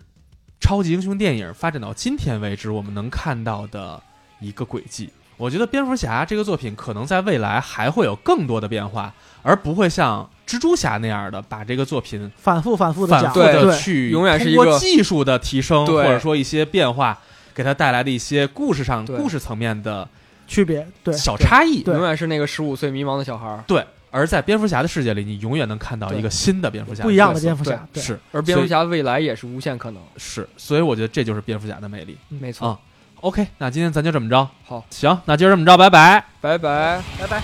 Speaker 1: 超级英雄电影发展到今天为止，我们能看到的一个轨迹。我觉得蝙蝠侠这个作品可能在未来还会有更多的变化，而不会像蜘蛛侠那样的把这个作品
Speaker 3: 反复反复的
Speaker 1: 反
Speaker 3: 讲，
Speaker 1: 复
Speaker 2: 对
Speaker 1: 的
Speaker 3: 对
Speaker 1: 去
Speaker 2: 永远是一
Speaker 1: 通过
Speaker 2: 个
Speaker 1: 技术的提升，
Speaker 2: 对
Speaker 1: 或者说一些变化，给它带来的一些故事上、
Speaker 2: 对
Speaker 1: 故事层面的
Speaker 3: 区别，对
Speaker 1: 小差异。
Speaker 3: 对
Speaker 2: 永远是那个十五岁迷茫的小孩儿，
Speaker 1: 对，而在蝙蝠侠的世界里，你永远能看到一个新的蝙蝠侠，
Speaker 3: 不一样的
Speaker 1: 角
Speaker 3: 蝙蝠侠，
Speaker 1: 色
Speaker 3: 对，
Speaker 1: 是
Speaker 2: 而蝙蝠侠未来也是无限可能。
Speaker 1: 是，所以我觉得这就是蝙蝠侠的魅力。
Speaker 2: 没错，
Speaker 1: 啊 OK，那今天咱就这么着，
Speaker 2: 好，
Speaker 1: 行，那今儿这么着，拜拜。
Speaker 2: 拜拜。
Speaker 3: 拜拜。